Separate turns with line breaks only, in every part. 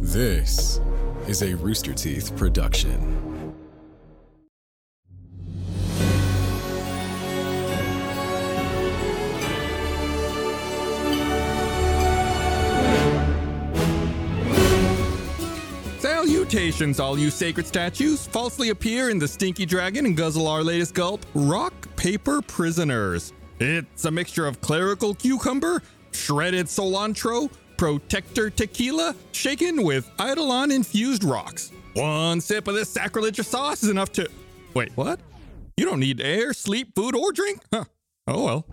This is a Rooster Teeth production.
Salutations, all you sacred statues. Falsely appear in the Stinky Dragon and guzzle our latest gulp Rock Paper Prisoners. It's a mixture of clerical cucumber, shredded cilantro, protector tequila, shaken with Eidolon infused rocks. One sip of this sacrilegious sauce is enough to. Wait, what? You don't need air, sleep, food, or drink? Huh. Oh well.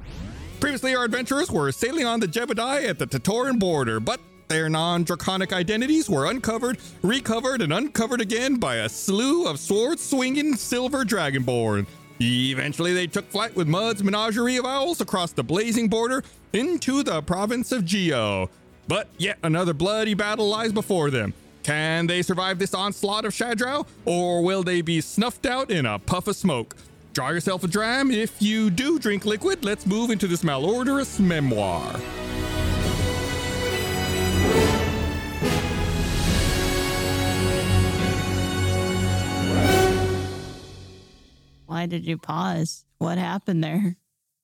Previously, our adventurers were sailing on the Jebediah at the Tatoran border, but their non draconic identities were uncovered, recovered, and uncovered again by a slew of sword swinging silver dragonborn. Eventually, they took flight with Mud's menagerie of owls across the blazing border into the province of Geo. But yet another bloody battle lies before them. Can they survive this onslaught of Shadrow, or will they be snuffed out in a puff of smoke? Draw yourself a dram. If you do drink liquid, let's move into this malodorous memoir.
Why did you pause? What happened there?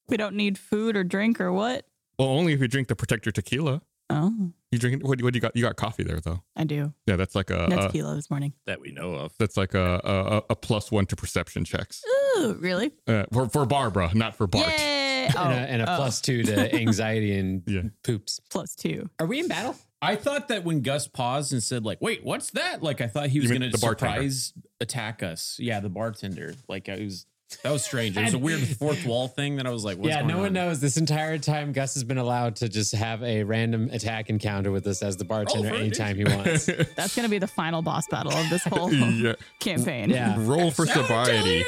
We don't need food or drink or what?
Well, only if you drink the Protector Tequila.
Oh,
You drink what? What do you got? You got coffee there though.
I do.
Yeah, that's like a
No
uh,
tequila this morning.
that we know of.
that's like a, a a plus one to perception checks
Ooh, really?
uh, for for Barbara, not for Bart.
Yay! Oh,
and a, and a
oh,
plus two to anxiety and
Yeah.
poops.
plus two.
Are we in battle?
I thought that when Gus paused and said, like, wait, what's that? Like, I thought he was
mean
going to
the bartender.
surprise attack us. Yeah, the bartender. Like, I was, that was strange. It was a weird fourth wall thing that I was like, what's
yeah,
going
no one
on?
knows. This entire time, Gus has been allowed to just have a random attack encounter with us as the
Oh,
bartender
for it,
anytime he wants.
That's gonna be the final boss battle of this whole
Yeah.
campaign.
Yeah,
Roll for sobriety.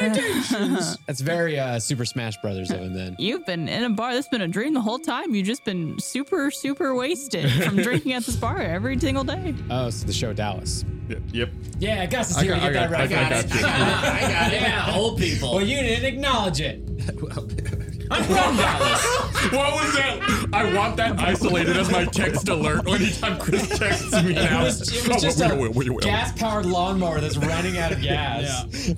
that's very uh, Super Smash Brothers of him. Then
You've been in a bar. That's been a dream the whole time. You've just been super, super wasted from drinking at this bar every single day.
oh, so the show Dallas.
Yep. yep.
Yeah, Gus is
I
here
got-
to get
I
that
got-
right.
I got- I
I got it. Yeah, old people. Well, you didn't acknowledge it.
What was that? I want that isolated as my text alert anytime Chris texts me now.
It was,
Oh,
it was just a gas-powered lawnmower that's running out of gas.
You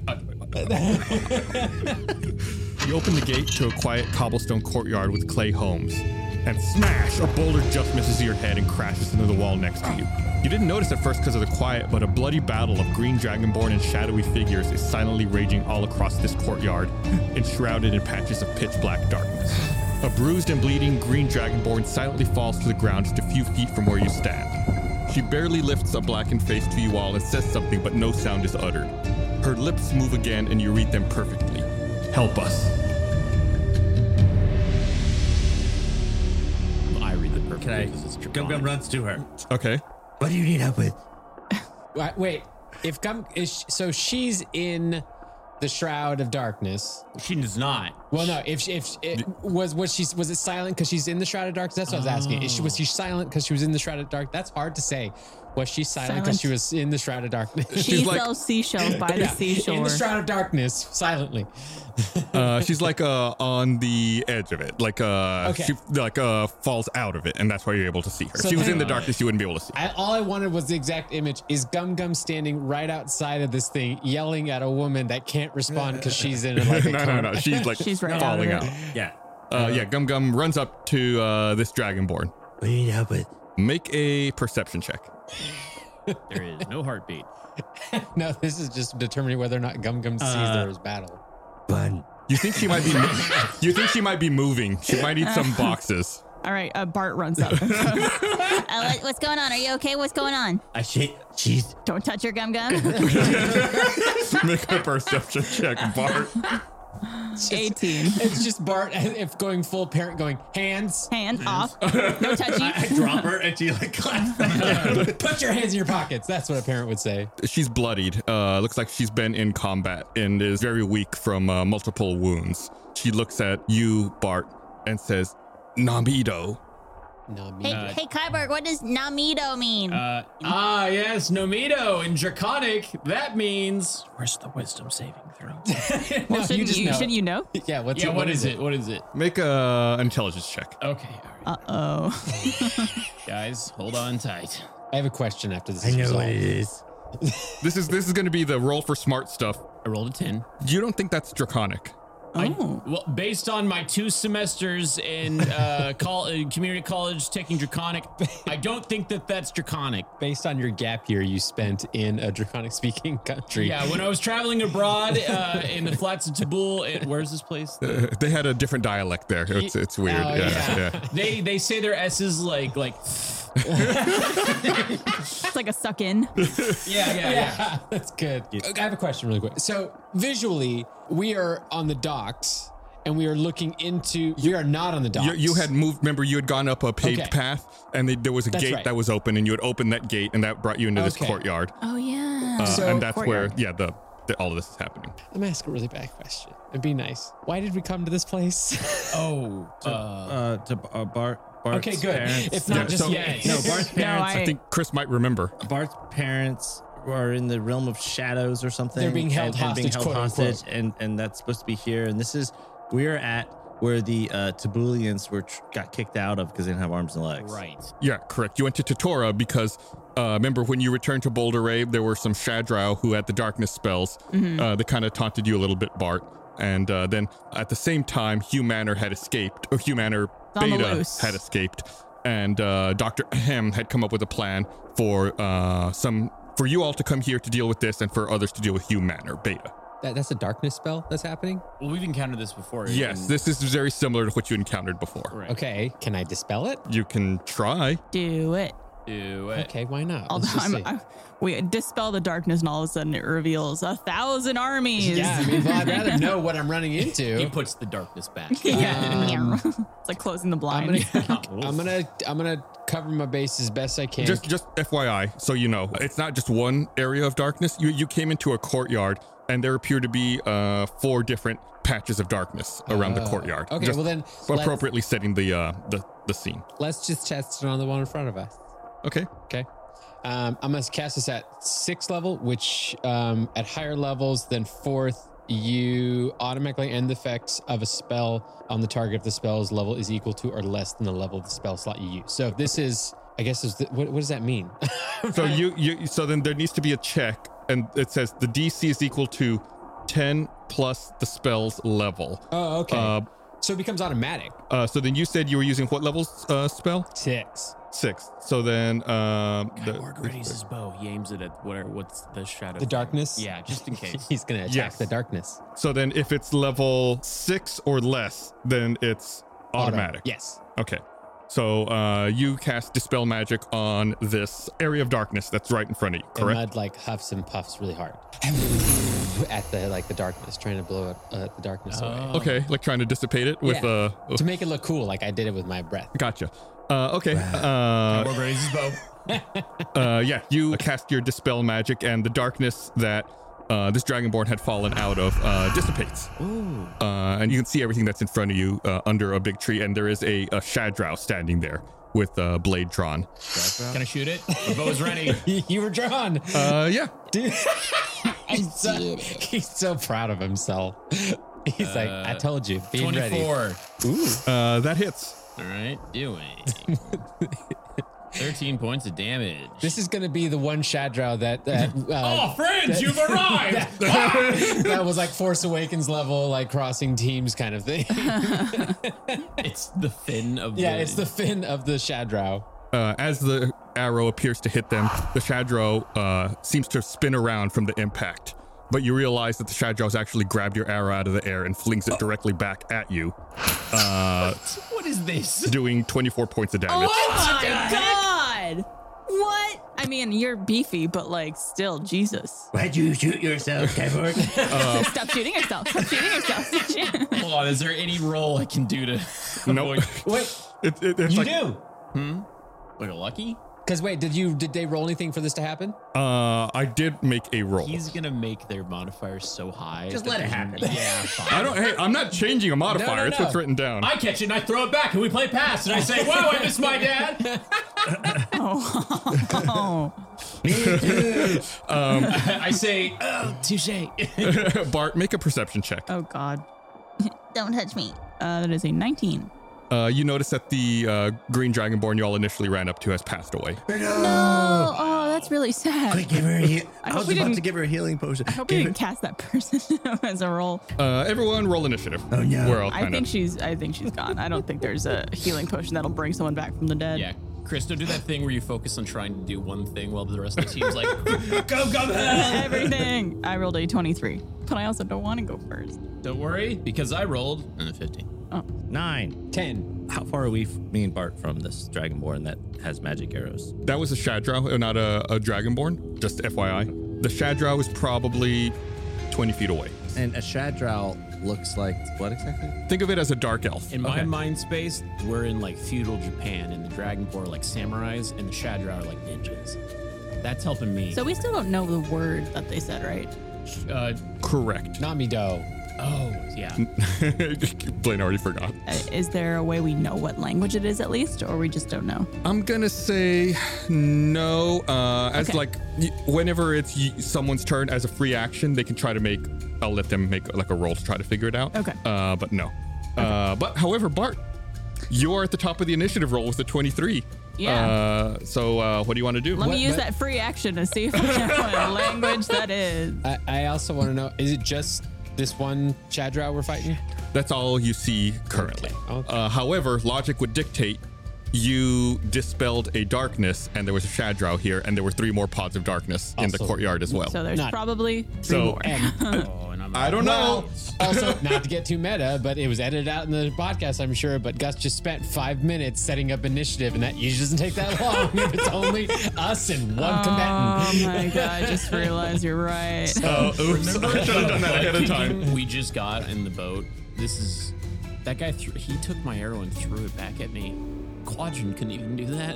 open the gate to a quiet cobblestone courtyard with clay homes. And smash! A boulder just misses your head and crashes into the wall next to you. You didn't notice at first because of the quiet, but a bloody battle of green dragonborn and shadowy figures is silently raging all across this courtyard, enshrouded in patches of pitch black darkness. A bruised and bleeding green dragonborn silently falls to the ground just a few feet from where you stand. She barely lifts a blackened face to you all and says something, but no sound is uttered. Her lips move again, and you read them perfectly. Help us.
I read the perfect.
Okay.
because it's
Gum Gum
draconic.
runs to her.
Okay.
What do you need help with?
Wait, wait. if Gum is sh- so she's in the shroud of darkness.
She does not.
Well, no. If she- if it was was she was it silent because she's in the shroud of darkness? That's what I was asking. Is she was she silent because she was in the shroud of dark? That's hard to say. Was she silent because she was in the shroud of darkness?
She
She's like-
sells seashells by the
in
seashore.
the shroud of darkness, silently.
Uh, she's like uh on the edge of it, like uh,
Okay.
she like uh falls out of it, and that's why you're able to see her.
So
she was
then-
in the darkness; you wouldn't be able to see.
I, all I wanted was the exact image. Is Gum Gum standing right outside of this thing, yelling at a woman that can't respond because she's in like a
no, no, no. She's like
She's right out
falling out.
of it.
Yeah.
Uh, yeah, Gum Gum runs up to uh, this dragonborn.
What do you need help with?
Make a perception check.
There is no heartbeat.
No, this is just determining whether or not Gum Gum sees
Uh,
there is battle.
Fun.
You think she might be? you think she might be moving? She might need some boxes.
All right, uh, Bart runs up.
Uh, what, what's going on? Are you okay? What's going on?
I shake. She's.
Don't touch your gum gum.
Make a perception check, Bart.
18.
It's just Bart if going full parent going hands.
Hand off. No
I
touchy.
drop her and she like claps. back.
Put your hands in your pockets. That's what a parent would say.
She's bloodied. Uh, looks like she's been in combat and is very weak from uh, multiple wounds. She looks at you, Bart, and says, "Namido."
No,
Hey, hey, Kyberg, what does Namido mean?
Uh, ah, yes, Nomido in Draconic. That means. Where's the wisdom saving throw?
Well,
you
shouldn't,
just
you,
know.
shouldn't you know?
yeah, what's
yeah, what is it? What is it?
Make a intelligence check.
Uh,
Okay, all right.
Uh oh.
Guys, hold on tight.
I have a question after this.
I
is
know what
resolved.
it is.
This is this is going to be the roll for smart stuff.
I rolled a 10.
You don't think that's draconic?
I-
Oh.
well, based on my two semesters in uh, col- uh, community college taking Draconic, I don't think that that's Draconic.
Based on your gap year you spent in a draconic speaking country.
Yeah, when I was traveling abroad uh, in the flats of Tabul, it, where's this place?
Uh, they had a different dialect there. It's it's weird.
Oh,
yeah.
yeah.
yeah.
They they say their S's like like
It's like a suck in.
yeah yeah yeah.
Yeah, that's good. I have a question really quick. So visually, we are on the docks and we are looking into. We are not on the docks.
You, you had moved. Remember, you had gone up a paved
Okay.
path, and they, there was a
That's
gate
right.
that was open, and you had opened that gate, and that brought you into this
Okay.
courtyard.
Oh yeah.
Uh,
So-
and that's where, yeah, the, the all of this is happening.
I'm asking a really bad question. It'd be nice. Why did we come to this place?
Oh, uh,
Uh, to uh, Bart. Bart's
okay, good.
Parents.
It's not
Yeah,
just
so-
yet.
no, Bart's
No,
parents.
I
I,
think Chris might remember.
Bart's parents are in the realm of shadows or something.
They're being held
and, and being
hostage,
held
quote,
hostage,
unquote.
and and that's supposed to be here. And this is we're at where the uh, Tabulians were tr- got kicked out of because they didn't have arms and legs.
right.
Yeah, correct. You went to Totora because uh, remember when you returned to Boulder Rave, there were some Shadrow who had the darkness spells
Mm-hmm.
uh, that kind of taunted you a little bit, Bart. And uh, then at the same time, Hugh Manor had escaped, or Hugh Manor
On the
Beta
loose.
had escaped, and uh, Doctor Ahem had come up with a plan for uh, some for you all to come here to deal with this, and for others to deal with Hugh Manor Beta.
That, that's a darkness spell that's happening.
Well, we've encountered this before.
Yes,
and-
this is very similar to what you encountered before.
Right.
Okay, can I dispel it?
You can try.
do it.
Ew, eh.
Okay, why not?
Although
Let's just
I'm,
see.
I, we dispel the darkness, and all of a sudden it reveals a thousand armies.
yeah, I mean, well, I'd rather know what I'm running into.
He puts the darkness back.
Yeah. it's like closing the
um, I'm
blind.
gonna, I'm gonna, I'm gonna cover my base as best I can.
Just, just FYI, so you know, it's not just one area of darkness. You, you came into a courtyard, and there appear to be uh, four different patches of darkness around the
Uh,
courtyard.
okay,
Just
well then, let's-
appropriately setting the uh, the the scene.
Let's just test it on the one in front of us.
Okay,
Okay. Um, I'm gonna cast this at sixth level, which um, at higher levels than fourth, you automatically end the effects of a spell on the target if the spell's level is equal to or less than the level of the spell slot you use. So if this is, I guess, is the, what, what does that mean?
so you you so then there needs to be a check, and it says the DC is equal to ten plus the spell's level.
oh, okay.
Uh,
so it becomes automatic.
uh, so then you said you were using what level uh, spell?
Six.
Six. So then um, the-
Lord raises his bow. He aims it at whatever. What's the shadow?
The darkness.
Yeah, Oh, just in case.
He's gonna attack
Yes.
the darkness.
So then if it's level six or less, then it's automatic.
Auto. Yes.
Okay. So uh, you cast Dispel Magic on this area of darkness that's right in front of you,
And
correct?
mud like huffs and puffs really hard at the like the darkness, trying to blow it, uh, the darkness away
Okay, like trying to dissipate it with
Yeah.
uh,
to make it look cool, like I did it with my breath.
Gotcha. Uh, okay. Uh, uh, yeah, you cast your Dispel Magic, and the darkness that uh, this Dragonborn had fallen out of uh, dissipates. Uh, and you can see everything that's in front of you uh, under a big tree, and there is a, a Shadrow standing there with a uh, blade drawn.
Can I shoot it? My bow's ready.
you were drawn.
Uh, yeah.
I did it.
He's so proud of himself. He's like, I told you, be ready.
Twenty-four.
Uh, that hits.
All right, doing. Thirteen points of damage.
This is gonna be the one Shadrow that that uh,
Oh, friends, you've arrived.
that was like Force Awakens level, like crossing teams kind of thing.
it's the fin of
yeah,
the.
it's the fin of the Shadrow.
Uh, as the arrow appears to hit them, the Shadrow uh, seems to spin around from the impact. But you realize that the Shadrow's actually grabbed your arrow out of the air and flings it directly back at you,
What is this?
doing 24 points of damage.
my Oh god! What? I mean, you're beefy, but like, still, Jesus.
Why'd you shoot yourself, Cyborg?
Stop shooting yourself. Stop shooting yourself.
Hold on. Is there any roll I can do to?
No,
Wait,
it, it, it's
you
like
do?
Like a lucky?
Because wait, did you did they roll anything for this to happen?
uh, I did make a roll.
He's gonna make their modifier so high.
Just
that
let it
there's-
happen.
Yeah. fine.
I don't. Hey, I'm not changing a modifier.
No, no,
It's
no.
what's written down.
I catch it and I throw it back and we play pass and I say, "Wow, I miss my dad."
oh.
I say, "Oh, touche."
Uh,
Bart, make a perception check.
oh god.
Don't touch me.
Uh, that is a 19.
Uh, you notice that the uh, green dragonborn y'all initially ran up to has passed away.
No. Oh, that's really sad.
Quick, give her a heal.
I
I,
hope
was
we
about to
didn't-
give her a healing potion.
I hope we
Give
didn't cast that person as a role.
Uh, everyone, roll initiative.
Oh, no.
We're all
I
kind
think
of.
she's. I think she's gone. I don't think there's a healing potion that'll bring someone back from the dead.
Yeah. Christo, do that thing where you focus on trying to do one thing while the rest of the team's like,
Go, go, go.
Everything. I rolled a twenty-three, but I also don't want to go first.
don't worry, because I rolled and a 15.
Nine.
Ten.
How far are we, f- me and Bart, from this dragonborn that has magic arrows?
That was a Shadrow, uh, not a, a dragonborn. Just FYI. The Shadrow is probably 20 feet away.
And a Shadrow looks like what exactly?
Think of it as a dark elf.
In my mind space, we're in like feudal Japan and the Dragonborn are like samurais and the Shadra are like ninjas. That's helping me.
So we still don't know the word that they said, right?
uh,
Correct.
Namido.
oh, yeah.
Blaine already forgot.
Uh, Is there a way we know what language it is at least, or we just don't know?
I'm gonna say no. Uh, as like y- whenever it's y- someone's turn as a free action, they can try to make. I'll let them make like a roll to try to figure it out.
Okay.
Uh, but no. Uh, but however, Bart, you're at the top of the initiative roll with the 23.
Yeah.
Uh, so uh, what do you want to do?
Let
What-
me use
what-
that free action to see if I know what language that is.
I, I also want to know is it just this one Shadrow we're fighting?
That's all you see currently.
Okay.
Uh, however, logic would dictate you dispelled a darkness, and there was a Shadrow here, and there were three more pods of darkness in the
Also-
courtyard as well.
So there's
Not-
probably three
So-
more.
oh, and I'm
I don't know.
also, not to get too meta, but it was edited out in the podcast, I'm sure. But Gus just spent five minutes setting up initiative, and that usually doesn't take that long. if it's only us and one
Oh
combatant.
my god! I just realized you're right.
Oh, oops. I should have done that ahead of time.
We just got in the boat. This is that guy. Threw, he took my arrow and threw it back at me. Quadrant couldn't even do that.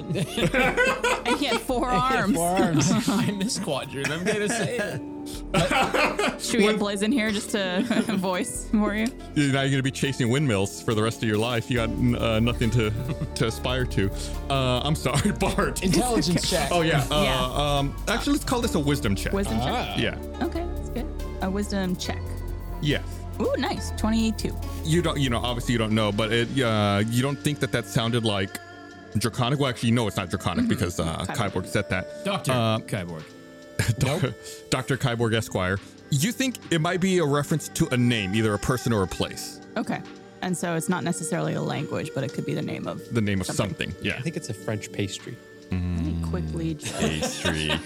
And he had four arms.
Four arms.
I miss Quadrant. I'm gonna say it.
Should we get Blaze in here just to voice for you?
Now you're going to be chasing windmills for the rest of your life. You got uh, nothing to, to aspire to. Uh, I'm sorry, Bart.
Intelligence check.
Oh, yeah. Uh,
Yeah.
Um, actually, let's call this a wisdom check.
Wisdom
Ah.
Yeah.
check. Okay, that's good. A wisdom check.
Yes.
Ooh, nice. Twenty-two.
You don't, you know, obviously you don't know, but it, uh, you don't think that that sounded like draconic. Well, actually, no, it's not
Mm-hmm.
draconic because uh,
Kyborg.
Kyborg said that.
Doctor
Uh,
Kyborg.
Dr. Kyborg Esquire. You think it might be a reference to a name, either a person or a place,
Okay. And so it's not necessarily a language, but it could be the name of.
the name of something. Yeah.
I think it's a French pastry.
Let me quickly. check.
Pastry.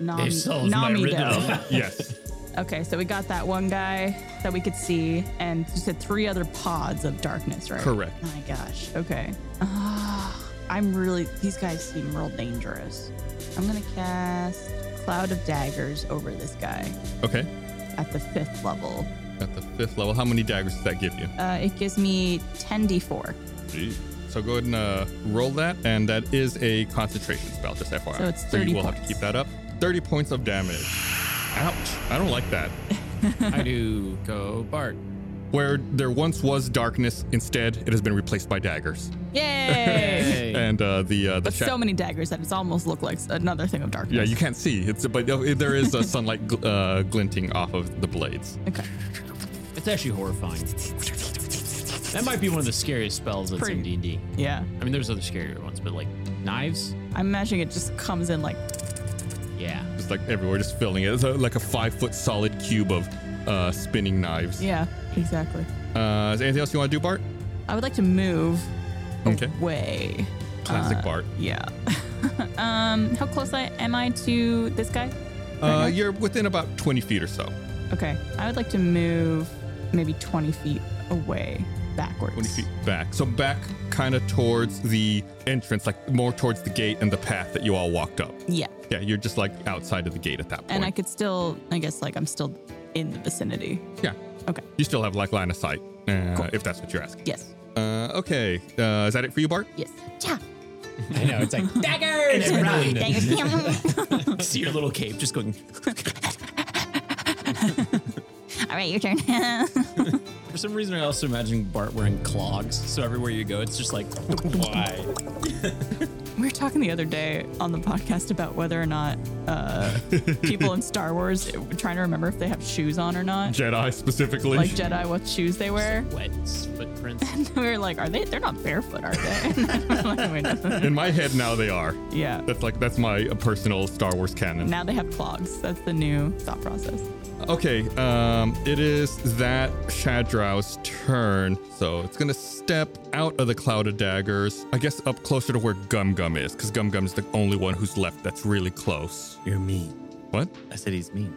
Nam-
They've solved my
Namido.
riddle.
yes.
Okay, so we got that one guy that we could see, and you said three other pods of darkness, right?
Correct.
My gosh. Okay. Ah, I'm really. These guys seem real dangerous. I'm gonna cast Cloud of Daggers over this guy
Okay.
at the fifth level.
At the fifth level, how many daggers does that give you?
Uh, it gives me 10d4,
So go ahead and uh, roll that, and that is a concentration spell, just FYI.
So it's
you
30
will have to
points.
keep that up. 30 points of damage. Ouch. I don't like that.
I do go Bart.
Where there once was darkness, instead it has been replaced by daggers.
Yay!
Hey.
And uh, the uh, the
but
chat-
so many daggers that it's almost look like s- another thing of darkness.
Yeah, you can't see. It's but uh, there is a sunlight gl- uh, glinting off of the blades.
Okay.
It's actually horrifying. That might be one of the scariest spells that's in
Pretty-
D&D.
Yeah.
I mean, there's other scarier ones, but like knives,
I'm imagining it just comes in like.
yeah.
Just like everywhere, just filling it. It's uh, like a five foot solid cube of uh, spinning knives.
Yeah, exactly.
Uh, is there anything else you want to do, Bart?
I would like to move
Okay.
away.
Classic Bart.
Yeah. um, how close I, am I to this guy?
Uh, you're within about 20 feet or so.
Okay, I would like to move maybe 20 feet away backwards.
20 feet back. So back kind of towards the entrance, like more towards the gate and the path that you all walked up.
Yeah,
Yeah, you're just like outside of the gate at that point.
and I could still, I guess, like I'm still in the vicinity.
yeah.
Okay.
You still have like line of sight, uh, if that's what you're asking.
Yes.
Uh, okay. Uh, is that it for you, Bart?
Yes.
Cha.
I know. It's like
Daggers! Daggers.
See your little cape just going.
All right, your turn.
For some reason, I also imagine Bart wearing clogs, so everywhere you go, it's just like, why?
We're talking the other day on the podcast about whether or not uh, people in Star Wars trying to remember if they have shoes on or not.
Jedi specifically.
Like Jedi, what shoes they wear.
Wet footprints.
We were like, are they? They're not barefoot, are they? Like, wait,
In my head now they are.
yeah.
That's like that's my uh, personal Star Wars canon.
Now they have clogs. That's the new thought process.
Okay, um, it is that Shadrow's turn. So it's gonna step out of the cloud of daggers. I guess up closer to where Gum Gum is, because Gum Gum's the only one who's left that's really close.
You're mean.
What?
I said he's mean.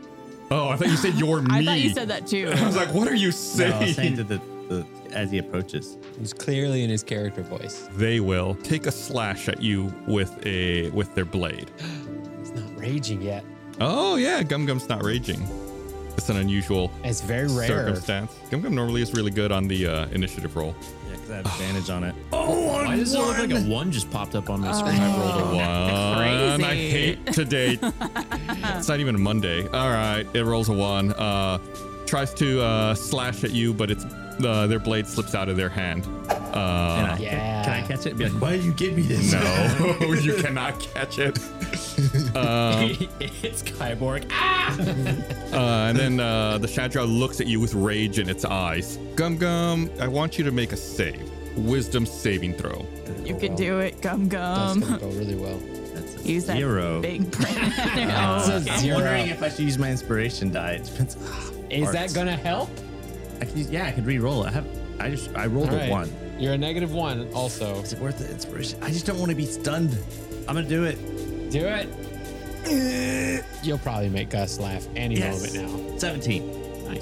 Oh, I thought you said you're me.
I thought you said that too.
I was like, what are you
No, I was saying
saying?
to the, the as he approaches.
He's clearly in his character voice.
they will take a slash at you with a with their blade.
He's not raging yet.
Oh yeah, Gum Gum's not raging. It's an unusual
It's very rare.
circumstance. Gum Gum normally is really good on the uh, initiative roll.
Yeah, because I have advantage on it.
Why does it look like a one just popped up on my screen?
I rolled a one. Uh, I
Crazy.
hate today. it's not even a Monday. All right, it rolls a one. Uh, tries to uh, slash at you, but it's uh, their blade slips out of their hand.
And I-
Uh,
yeah.
Can I catch it? Be like, why did you give me this?
no, Oh, you cannot catch it. Um,
it's Kyborg. Ah!
Uh, and then uh, the Shadra looks at you with rage in its eyes. Gum Gum, I want you to make a save. Wisdom saving throw.
You can do it, gum
That's
gum.
gonna go really well.
That's a
Use that
zero.
big brain.
It's
Oh,
a
I'm
zero.
wondering if I should use my inspiration die. It depends.
Is that
Farts.
gonna help?
I can use, yeah, I could re-roll it. I have. I just I rolled
All right.
a one.
You're a negative one. Also,
Is it worth the inspiration? I just don't want to be stunned. I'm gonna do it.
do it. You'll probably make Gus laugh any
Yes.
moment
Seventeen.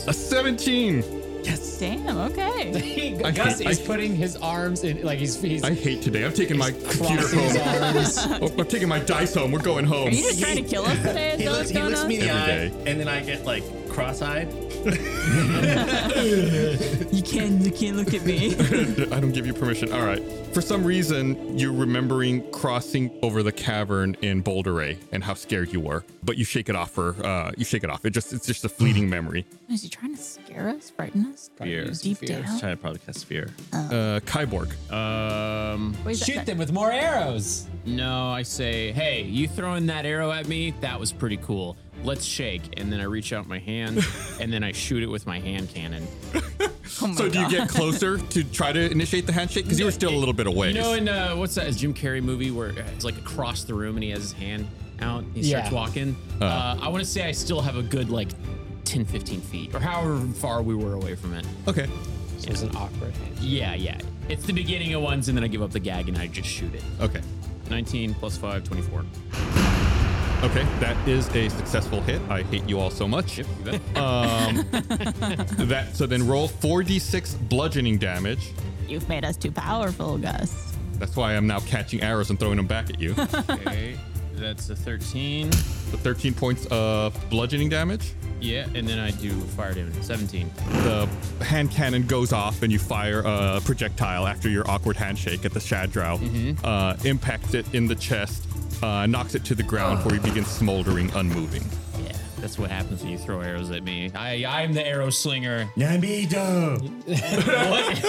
A 17!
Yes.
damn. Okay.
now.
I
Gus
hate-
is
I-
putting his arms in, like he's he's
I hate today. I'm taking my computer
crossing his
home.
arms.
Oh, I'm taking my dice home. We're going
Are
home.
you just trying to kill us today? Is
He
that
looks,
what's
he
going
looks
on?
me in the
Every
eye,
day.
and then I get like cross-eyed.
You can you can't look at me.
I don't give you permission. All right. For some reason, you're remembering crossing over the cavern in Boulder Ray and how scared you were, but you shake it off. For uh, you shake it off. It just it's just a fleeting memory.
Is he trying to scare us, frighten us?
Fear.
Deep down.
Try to probably cast fear.
Uh, Kyborg.
Um,
Wait, is that-
Shoot them with more arrows.
no, I say, hey, you throwing that arrow at me? That was pretty cool. Let's shake. And then I reach out my hand and then I shoot it with my hand cannon.
Oh my
So do you
God.
get closer to try to initiate the handshake? Because you were still a little bit away.
You know, in uh, what's that Jim Carrey movie where it's like across the room and he has his hand out and he starts
Yeah.
walking? Uh, I want to say I still have a good like 10, 15 feet or however far we were away from it.
okay.
So it was an awkward hand.
Yeah, yeah. It's the beginning of ones and then I give up the gag and I just shoot it.
Okay.
19 plus 5, 24.
Okay. That is a successful hit. I hate you all so much.
You bet.
Um, that so then roll 4d6 bludgeoning damage.
You've made us too powerful, Gus.
That's why I'm now catching arrows and throwing them back at you.
Okay, that's a 13.
So 13 points of bludgeoning damage.
Yeah, and then I do fire damage. 17.
The hand cannon goes off, and you fire a projectile after your awkward handshake at the Shadrow. Uh, impacts it in the chest, uh, knocks it to the ground where he begins smoldering, unmoving.
Yeah, that's what happens when you throw arrows at me. I, I'm the arrow slinger.
Namido.
what?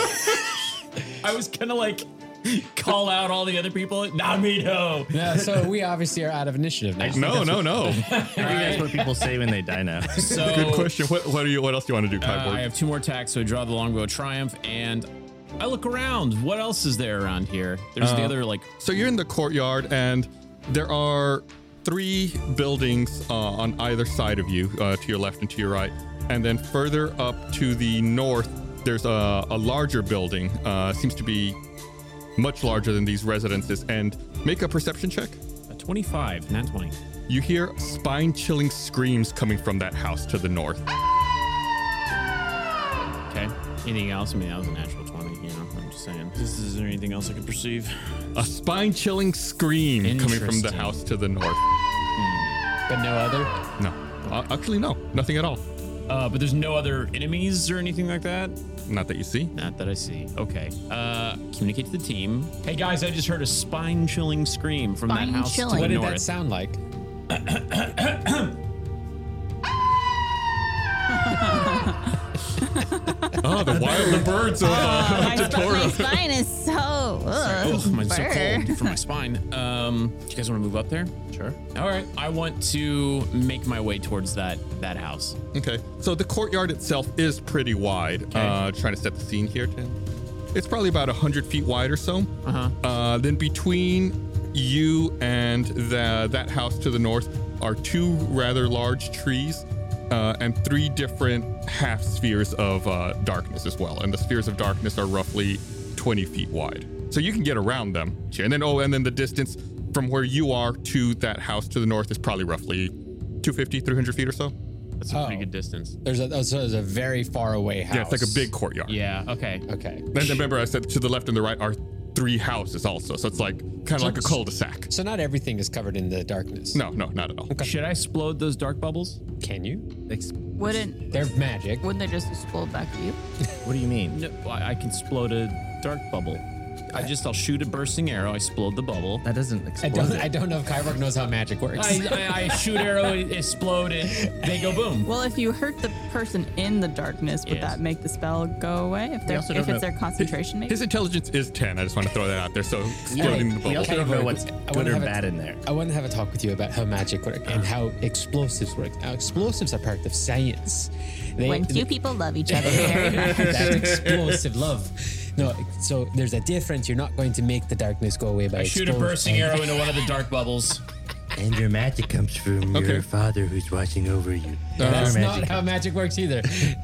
I was gonna like call out all the other people. Namito.
Yeah, so we obviously are out of initiative now.
No, no, no.
That's what people say when they die now.
So
Good question. What, what, do you, what else do you want to do,
uh, I
Kyborg?
have two more attacks, so I draw the longbow of triumph, and I look around. What else is there around here? There's the other like
so you're in the courtyard, and there are three buildings uh, on either side of you, uh, to your left and to your right. And then further up to the north, there's a, a larger building. Uh, seems to be much larger than these residences. And make a perception check.
a 25, not 20.
You hear spine chilling screams coming from that house to the north.
Okay. Anything else? I mean, that was a natural 20. You know, I'm just saying. Is, is there anything else I can perceive?
A spine chilling scream coming from the
Interesting.
house to the north.
But no other.
No. Uh, actually, no. Nothing at all.
Uh, but there's no other enemies or anything like that.
Not that you see.
Not that I see. Okay. Uh, communicate to the team. Hey guys, I just heard a spine-chilling scream from that house to the
Spine-chilling.
What did
north.
that sound like?
Oh, the wild the birds of
Oh,
Ah,
my,
uh,
sp- my
Datora.
spine is so. Ugh,
Oh, mine's so
burr.
cold from my spine. Um, do you guys want to move up there?
Sure.
All right, I want to make my way towards that that house.
Okay, so the courtyard itself is pretty wide. Uh, trying to set the scene here, Tim. It's probably about 100 feet wide or so.
Uh-huh.
Uh, then between you and the, that house to the north are two rather large trees uh, and three different half spheres of uh, darkness as well. And the spheres of darkness are roughly 20 feet wide. So you can get around them. And then, oh, and then the distance from where you are to that house to the north is probably roughly 250, 300 feet or so.
That's a pretty
Oh.
good distance.
There's a, oh, so there's a very far away house.
Yeah, it's like a big courtyard.
Yeah. Okay.
Okay.
And remember, I said to the left and the right are three houses also. So it's like kind of like a cul-de-sac.
So not everything is covered in the darkness.
No, no, not at all.
Should I explode those dark bubbles?
Can you?
Wouldn't
They're magic.
wouldn't they just explode back to you?
What do you mean?
No, I, I can explode a dark bubble. I just I'll shoot a bursting arrow. I explode the bubble.
That doesn't
I
explode.
don't.
it.
I don't know if Kyborg knows how magic works.
I, I, I shoot arrow, it explode it. They go boom.
Well, if you hurt the person in the darkness, would
Yes.
that make the spell go away? If, they're, if
also
it's
don't know-
their concentration, maybe.
His intelligence is 10. I just want to throw that out there. So exploding the
We
bubble.
also don't know what's
I wanna
good or
have a-
bad in there.
I want to have a talk with you about how magic works
Ah.
and how explosives work. Now, explosives are part of science. They,
When two people love each other very much.
that explosive love. No, so there's a difference. You're not going to make the darkness go away by
I shoot a
explosion.
bursting arrow into one of the dark bubbles.
And your magic comes from
Okay.
your father who's watching over you.
That's
Your
not
magic
how magic works either.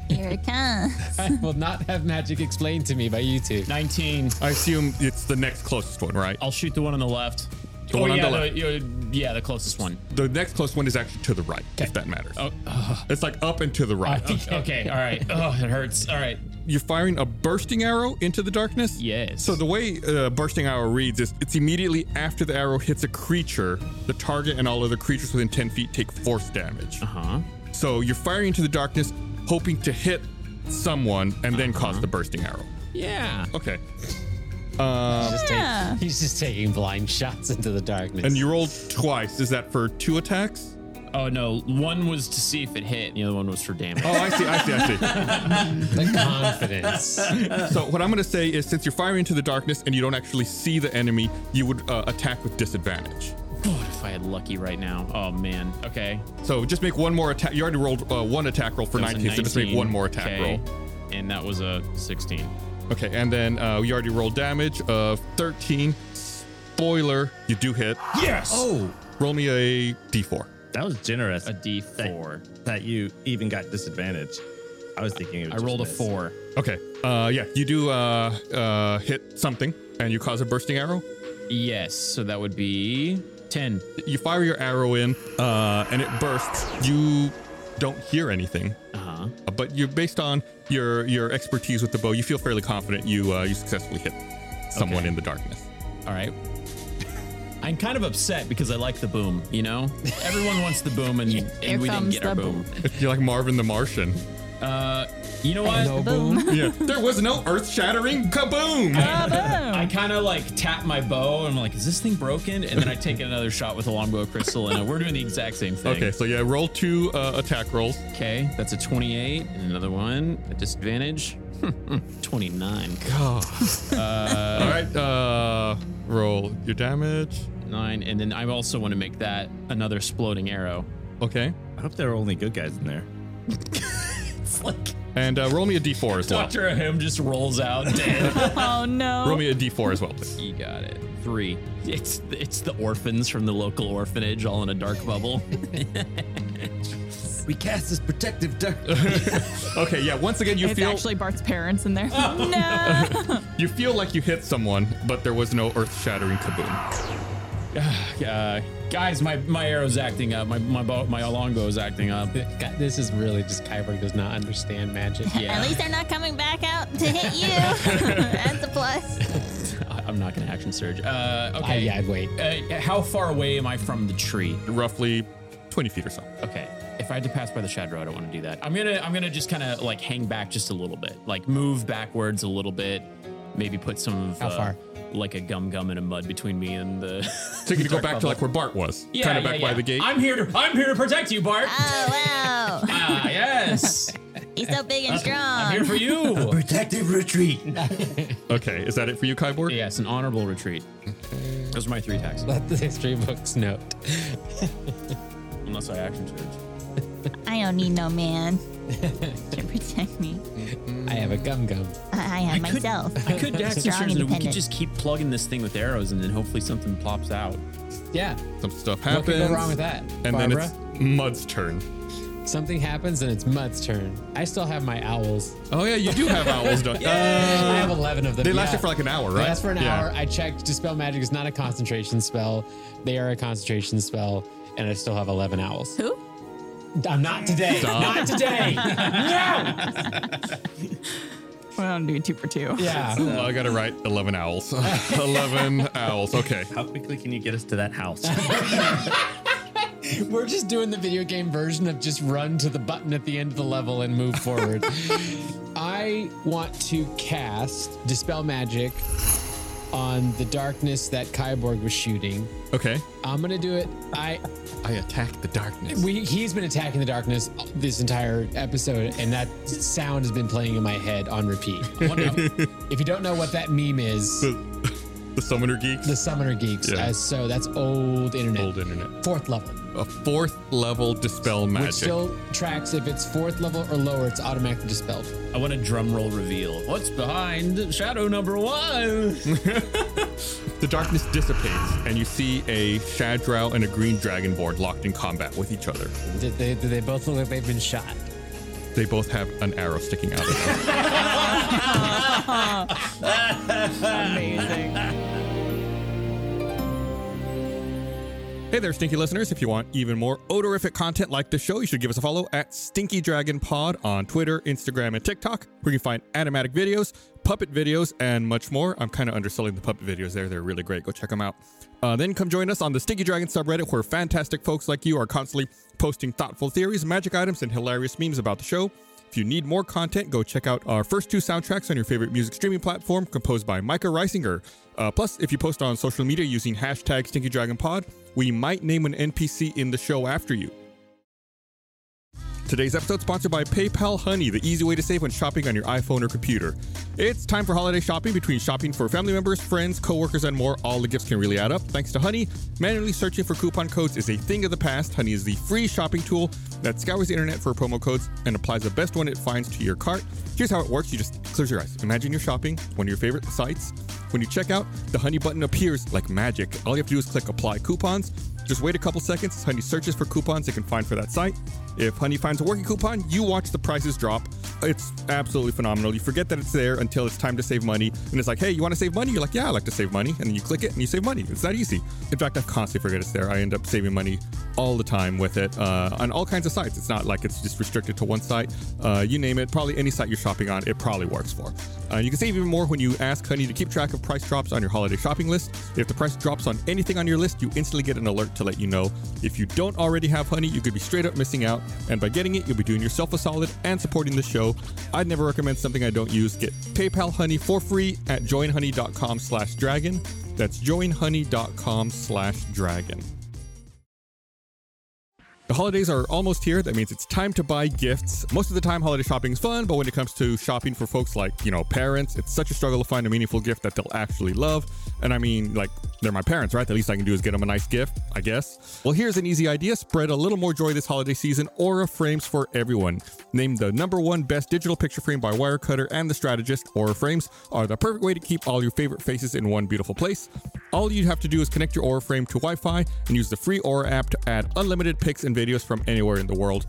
Here it comes.
I will not have magic explained to me by you two.
19.
I assume it's the next closest one, right?
I'll shoot the one on the left.
The
Oh
one on
yeah,
the
you- yeah, the closest one.
The next closest one is actually to the right, if that matters.
Oh,
It's like up and to the right.
okay, all right. Oh, it hurts. All right.
You're firing a bursting arrow into the darkness?
Yes.
So the way uh, bursting arrow reads is it's immediately after the arrow hits a creature, the target and all other creatures within 10 feet take force damage.
Huh?
So you're firing into the darkness, hoping to hit someone and then cause the bursting arrow.
Yeah.
Okay.
Just take-
Yeah.
he's just taking blind shots into the darkness.
And you rolled twice. Is that for two attacks?
Oh no, one was to see if it hit, and the other one was for damage.
Oh, I see, I see, I
the confidence.
see. so what I'm going to say is since you're firing into the darkness and you don't actually see the enemy, you would uh, attack with disadvantage.
God, if I had lucky right now. Oh man. Okay.
So just make one more attack. You already rolled uh, one attack roll for
That was a
19, so just make one more attack
okay.
roll.
And that was a 16.
Okay, and then uh, you already rolled damage of 13. Spoiler, you do hit.
Yes.
Oh,
Roll me a d4.
That was generous
A D4.
that you even got disadvantage. I was thinking it was
I
just
rolled a
miss.
four.
Okay. Uh, yeah, you do uh, uh, hit something, and you cause a bursting arrow.
Yes. So that would be 10.
You fire your arrow in, uh, and it bursts. You don't hear anything,
Uh huh.
but you, based on your your expertise with the bow, you feel fairly confident you uh, you successfully hit someone in the darkness.
All right. I'm kind of upset because I like the boom, you know? Everyone wants the boom, and,
Here
and we didn't
comes
get our
the
boom.
You're like Marvin the Martian.
Uh, you know what?
no boom.
Yeah. there was no earth-shattering kaboom.
I kind of like tap my bow. And I'm like, is this thing broken? And then I take another shot with a longbow crystal, and we're doing the exact same thing.
Okay, so yeah, roll two uh, attack rolls.
Okay, that's a 28. And another one, a disadvantage. 29.
All right, uh, roll your damage.
Nine. And then I also want to make that another exploding arrow.
Okay,
I hope there were only good guys in there.
It's like
and uh, roll me a d4 as well.
Dr. Ahim just rolls out dead.
oh no.
Roll me a d4 as well, please.
you got it. Three. It's it's the orphans from the local orphanage all in a dark bubble.
We cast this protective duck.
Okay, yeah. Once again, you
it's
feel
actually Bart's parents in there.
Oh.
no.
you feel like you hit someone, but there was no earth-shattering kaboom.
uh, guys, my, my arrow's acting up. My my bow, my longbow's acting up.
God, this is really just Kyborg does not understand magic.
Yeah.
At least they're not coming back out to hit you. That's a plus.
I- I'm not gonna action surge. Uh, okay.
I, yeah, I'd wait.
Uh, how far away am I from the tree?
Roughly twenty feet or so.
Okay. If I had to pass by the shadow, I don't want to do that. I'm gonna I'm gonna just kind of like hang back just a little bit, like move backwards a little bit, maybe put some of uh,
How far?
like a gum gum and a mud between me and the.
So you can
the
go
dark
back to
bubble.
like where Bart was,
Yeah,
kind of
yeah,
back
yeah.
by the gate.
Ah. I'm here to I'm here to protect you, Bart.
Oh, wow.
ah, yes.
Oh, He's so big and
I'm
strong.
here for
A
you.
protective retreat.
Okay, is that it for you, Kyborg?
yeah, it's an honorable retreat. Those are my three attacks,
Let the history books note.
unless I action surge.
I don't need no man to protect me.
I have a gum gum.
I, I have
I could-
myself.
I could action
Strong
surge, and we could
independent.
just keep plugging this thing with arrows, and then hopefully something plops out.
Yeah.
Some stuff
What
happens.
could go wrong with that?
And
Barbara?
then it's Mud's turn.
Something happens and it's Mutt's turn. I still have my owls.
Oh yeah, you do have owls done.
I
Uh,
have 11 of them.
they lasted
yeah.
for like an hour,
They
right?
last for an
Yeah.
hour. I checked. Dispel magic is not a concentration spell. They are a concentration spell, and I still have 11 owls.
Who?
I'm not today.
Stop.
Not today. no.
We're not doing two for two.
Yeah.
Well, I gotta write eleven owls. eleven owls. Okay.
How quickly can you get us to that house?
We're just doing the video game version of just run to the button at the end of the level and move forward. I want to cast Dispel Magic on the darkness that Kyborg was shooting.
Okay.
I'm gonna do it. I
I attack the darkness.
we, he's been attacking the darkness this entire episode, and that sound has been playing in my head on repeat. I wonder- if you don't know what that meme is,
the Summoner Geeks.
the Summoner Geeks.
Yeah.
Uh, so that's old internet.
Old internet.
Fourth level,
A fourth level dispel magic.
which still tracks if it's fourth level or lower, it's automatically dispelled.
I want a drum roll reveal. What's behind shadow number one?
The darkness dissipates, and you see a Shadrow and a green dragonborn locked in combat with each other.
Did they, did they both look like they've been shot?
They both have an arrow sticking out of them.
Amazing.
hey there, stinky listeners. If you want even more odorific content like this show, you should give us a follow at Stinky Dragon Pod on Twitter, Instagram, and TikTok, where you can find animatic videos, puppet videos, and much more. I'm kind of underselling the puppet videos there. They're really great. Go check them out. Uh, then come join us on the Stinky Dragon subreddit, where fantastic folks like you are constantly posting thoughtful theories, magic items, and hilarious memes about the show. If you need more content, go check out our first two soundtracks on your favorite music streaming platform, composed by Micah Reisinger. Uh, plus, if you post on social media using hashtag StinkyDragonPod, we might name an NPC in the show after you. Today's episode sponsored by PayPal Honey, the easy way to save when shopping on your iPhone or computer. It's time for holiday shopping between shopping for family members, friends, coworkers, and more. All the gifts can really add up. Thanks to Honey, manually searching for coupon codes is a thing of the past. Honey is the free shopping tool that scours the internet for promo codes and applies the best one it finds to your cart. Here's how it works: you just close your eyes. Imagine you're shopping one of your favorite sites. When you check out, the Honey button appears like magic. All you have to do is click Apply Coupons. Just wait a couple seconds. Honey searches for coupons it can find for that site. If Honey finds a working coupon, you watch the prices drop. It's absolutely phenomenal. You forget that it's there until it's time to save money. And it's like, hey, you want to save money? You're like, yeah, I like to save money. And then you click it and you save money. It's that easy. In fact, I constantly forget it's there. I end up saving money all the time with it uh, on all kinds of sites. It's not like it's just restricted to one site. Uh, you name it, probably any site you're shopping on, it probably works for. Uh, you can save even more when you ask Honey to keep track of price drops on your holiday shopping list. If the price drops on anything on your list, you instantly get an alert to let you know. If you don't already have Honey, you could be straight up missing out. And by getting it, you'll be doing yourself a solid and supporting the show. I'd never recommend something I don't use. Get PayPal Honey for free at joinhoney.com slash dragon. That's joinhoney.com slash dragon. The holidays are almost here. That means it's time to buy gifts. Most of the time, holiday shopping is fun, but when it comes to shopping for folks like, you know, parents, it's such a struggle to find a meaningful gift that they'll actually love. And I mean, like, they're my parents, right? The least I can do is get them a nice gift, I guess. Well, here's an easy idea spread a little more joy this holiday season. Aura Frames for everyone. Named the number one best digital picture frame by Wirecutter and The Strategist, Aura Frames are the perfect way to keep all your favorite faces in one beautiful place. All you have to do is connect your Aura Frame to Wi Fi and use the free Aura app to add unlimited pics and videos from anywhere in the world.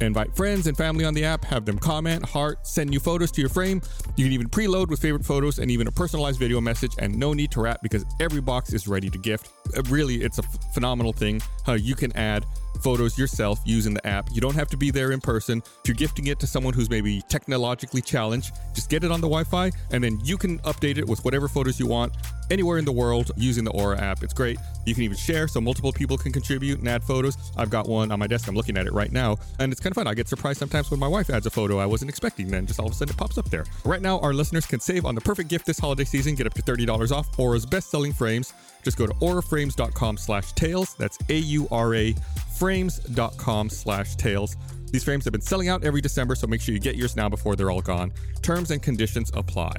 Invite friends and family on the app, have them comment, heart, send you photos to your frame. You can even preload with favorite photos and even a personalized video message, and no need to wrap because every box is ready to gift. Uh, Really, it's a f- phenomenal thing how you can add photos yourself using the app. You don't have to be there in person. If you're gifting it to someone who's maybe technologically challenged, just get it on the Wi Fi and then you can update it with whatever photos you want anywhere in the world using the Aura app. It's great. You can even share so multiple people can contribute and add photos. I've got one on my desk. I'm looking at it right now and it's kind of fun. I get surprised sometimes when my wife adds a photo I wasn't expecting, then just all of a sudden it pops up there. Right now, our listeners can save on the perfect gift this holiday season. Get up to $30 off Aura's best selling frames. Just go to auraframes.com slash tails. That's A U R A frames.com slash tails. These frames have been selling out every December, so make sure you get yours now before they're all gone. Terms and conditions apply.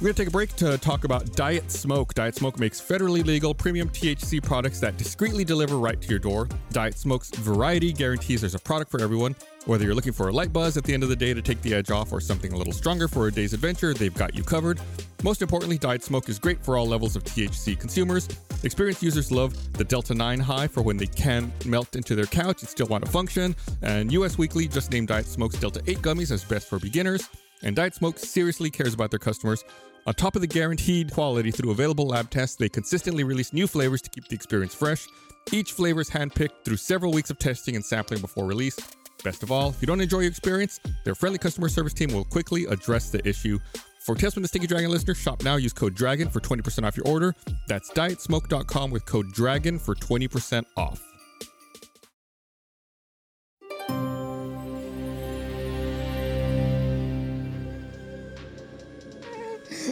We're going to take a break to talk about Diet Smoke. Diet Smoke makes federally legal premium THC products that discreetly deliver right to your door. Diet Smoke's variety guarantees there's a product for everyone. Whether you're looking for a light buzz at the end of the day to take the edge off or something a little stronger for a day's adventure, they've got you covered. Most importantly, Diet Smoke is great for all levels of THC consumers. Experienced users love the Delta 9 high for when they can melt into their couch and still want to function. And US Weekly just named Diet Smoke's Delta 8 gummies as best for beginners. And Diet Smoke seriously cares about their customers. On top of the guaranteed quality through available lab tests, they consistently release new flavors to keep the experience fresh. Each flavor is handpicked through several weeks of testing and sampling before release. Best of all, if you don't enjoy your experience, their friendly customer service team will quickly address the issue. For Tales from the Stinky Dragon listeners, shop now. Use code DRAGON for 20% off your order. That's dietsmoke.com with code DRAGON for 20% off.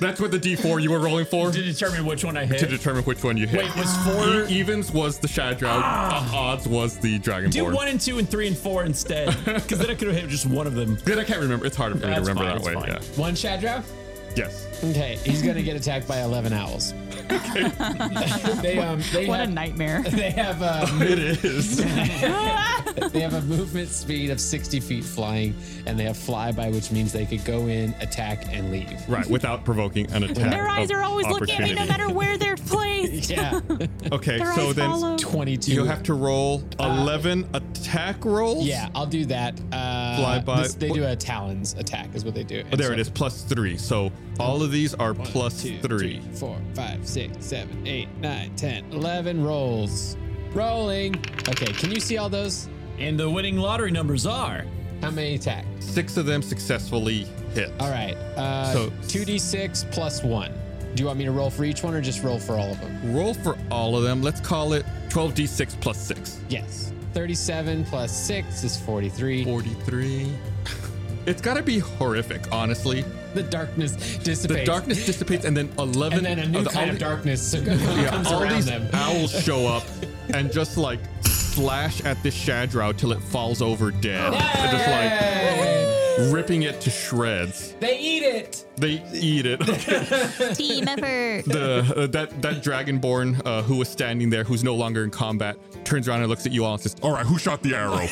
That's what the D4 you were rolling for
to determine which one I
to
hit.
determine which one you hit.
Wait, was four?
E- evens was the Shadrach, odds was the Dragonborn.
Do one and two and three and four instead, because then I could have hit just one of them.
Good, I can't remember. It's harder for me to
That's
remember
fine,
that way.
that's
One Shadrav?
Yeah. Yes.
Okay, he's gonna get attacked by eleven owls. they um they
What a
have,
nightmare.
they have uh,
It is.
They have a movement speed of 60 feet flying, and they have flyby, which means they could go in, attack, and leave.
right, without provoking an attack.
Their eyes
of
are always looking at me no
opportunity.
matter where they're placed.
Yeah,
Okay,
Their
so
eyes
then
follow.
22.
you have to roll 11 attack rolls?
Yeah, I'll do that. Uh,
Flyby.
this- they do a talons attack, is what they do.
Oh, there it is, plus three. So all of these are plus
Two,
three.
three, four, five, six, seven, eight, nine, 10, 11 rolls. Rolling. Okay, can you see all those?
And the winning lottery numbers are.
How many attack?
Six of them successfully hit.
All right. Uh,
So-
2d6 plus 1. Do you want me to roll for each one or just roll for all of them?
Roll for all of them. Let's call it 12d6 plus 6.
Yes. 37 plus 6 is 43.
43. It's got to be horrific, honestly.
The darkness dissipates.
The darkness dissipates, and then 11
and then a new
of the-
kind
all
of
the-
darkness
yeah,
comes
all
around
these
them.
owls show up and just like slash at this Shadrow till it falls over dead. And just like ripping it to shreds.
they eat it.
They eat it.
Team effort.
the uh, that that dragonborn uh, who was standing there, who's no longer in combat, turns around and looks at you all and says, "All right, who shot the arrow?"
I,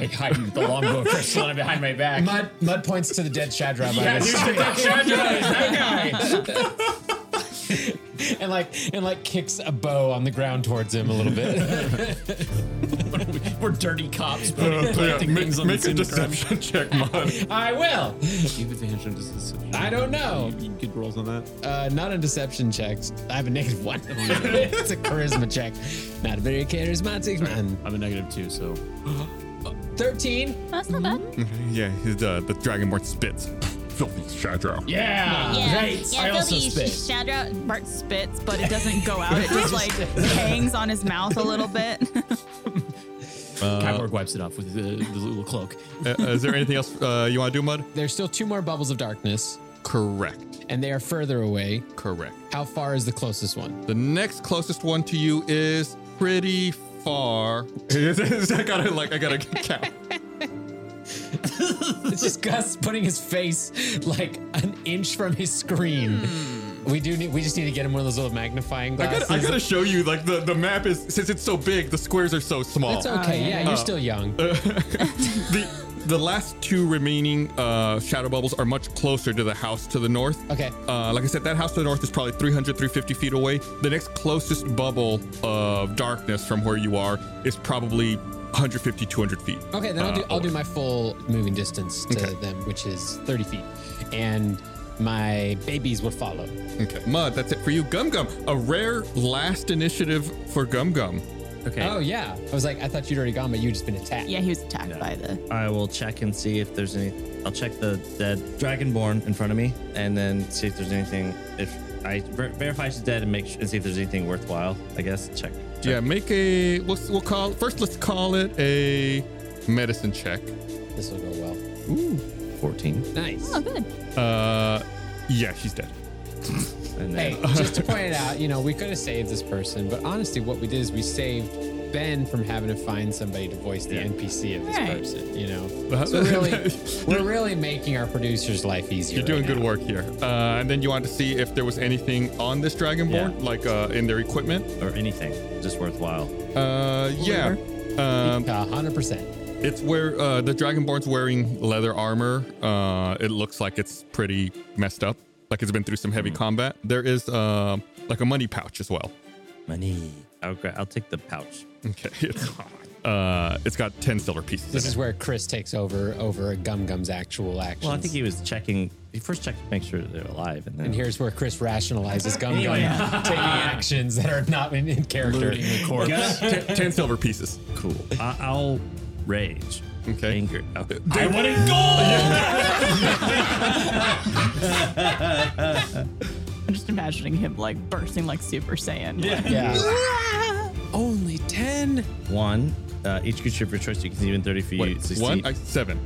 I hide the longbow of Crystalina behind my back.
Mud, mud points to the dead Shad Rabbi. and like and like kicks a bow on the ground towards him a little bit.
We're dirty cops
Uh,
putting
yeah,
planting things
make
on
make
the
a
scene of crime.
deception check, Mud.
I will.
You have advantage on deception.
I don't know.
You get good rolls on that.
Uh, not on deception checks. I have a negative one. it's a charisma check. Not a very charismatic man.
I'm a negative two, so.
Thirteen.
That's not bad.
Yeah, his, uh, the dragonborn spits. Filthy Shadrow.
Yeah.
Yeah,
Right.
yeah.
I also
Filthy
spit.
Shadra.
Bart spits, but it doesn't go out. It just like hangs on his mouth a little bit.
Kyborg wipes it off with the, the little cloak.
Uh, is there anything else uh, you want to do, Mud?
There's still two more bubbles of darkness,
Correct.
and they are further away.
Correct.
How far is the closest one?
The next closest one to you is pretty far. I gotta like I gotta count.
It's just Gus putting his face like an inch from his screen. We do need. We just need to get him one of those little magnifying
I
glasses.
gotta, I gotta show you like the, the map is since it's so big, the squares are so small.
it's okay. Oh, Yeah,
Uh,
you're still young.
the the last two remaining uh, shadow bubbles are much closer to the house to the north.
Okay.
Uh, like I said, that house to the north is probably 300, 350 feet away. The next closest bubble of darkness from where you are is probably 150, 200 feet.
Okay, then I'll do.
Uh,
I'll do
away.
my full moving distance to them, which is 30 feet, and my babies will follow.
Okay. Mud, that's it for you. Gum Gum, a rare last initiative for Gum Gum.
Okay.
Oh yeah. I was like, I thought you'd already gone, but you've just been attacked.
Yeah, he was attacked by the.
I will check and see if there's any. I'll check the dead dragonborn in front of me, and then see if there's anything. If I ver- verify she's dead and make sure, and see if there's anything worthwhile. I guess check.
Yeah, make a. We'll, we'll call. First, let's call it a medicine check.
This will go well.
Fourteen.
Nice.
Oh, good.
Uh, yeah, she's dead.
And
Hey,
then,
just to point it out, you know, we could have saved this person, but honestly, what we did is we saved Ben from having to find somebody to voice the
Yeah.
NPC of this
Right.
person. You know, so really, we're really making our producer's life easier.
You're doing
right
good
now.
work here. Uh, and then you want to see if there was anything on this dragonborn, like uh, in their equipment.
or anything, just worthwhile.
Uh, yeah. Um,
A hundred percent.
it's where uh, the dragonborn's wearing leather armor. Uh, it looks like it's pretty messed up, like it's been through some heavy combat. There is uh, like a money pouch as well.
Money.
I'll, gra- I'll take the pouch.
Okay. It's, uh, it's got 10 silver pieces.
This
in
is
it.
where Chris takes over over Gum Gum's actual actions.
Well, I think he was checking. He first checked to make sure they're alive, and then
and here's where Chris rationalizes Gum
Anyway.
Gum taking actions that are not in, in character.
Looting the corpse.
Ten- 10 silver pieces.
cool. I- I'll rage.
Okay.
Anger. Oh,
I want it gold.
I'm just imagining him like bursting like Super Saiyan. like,
Yeah.
Only 10?
one. Uh, each creature of your choice you can see within 30 feet.
Wait,
succeed-
one? I, seven.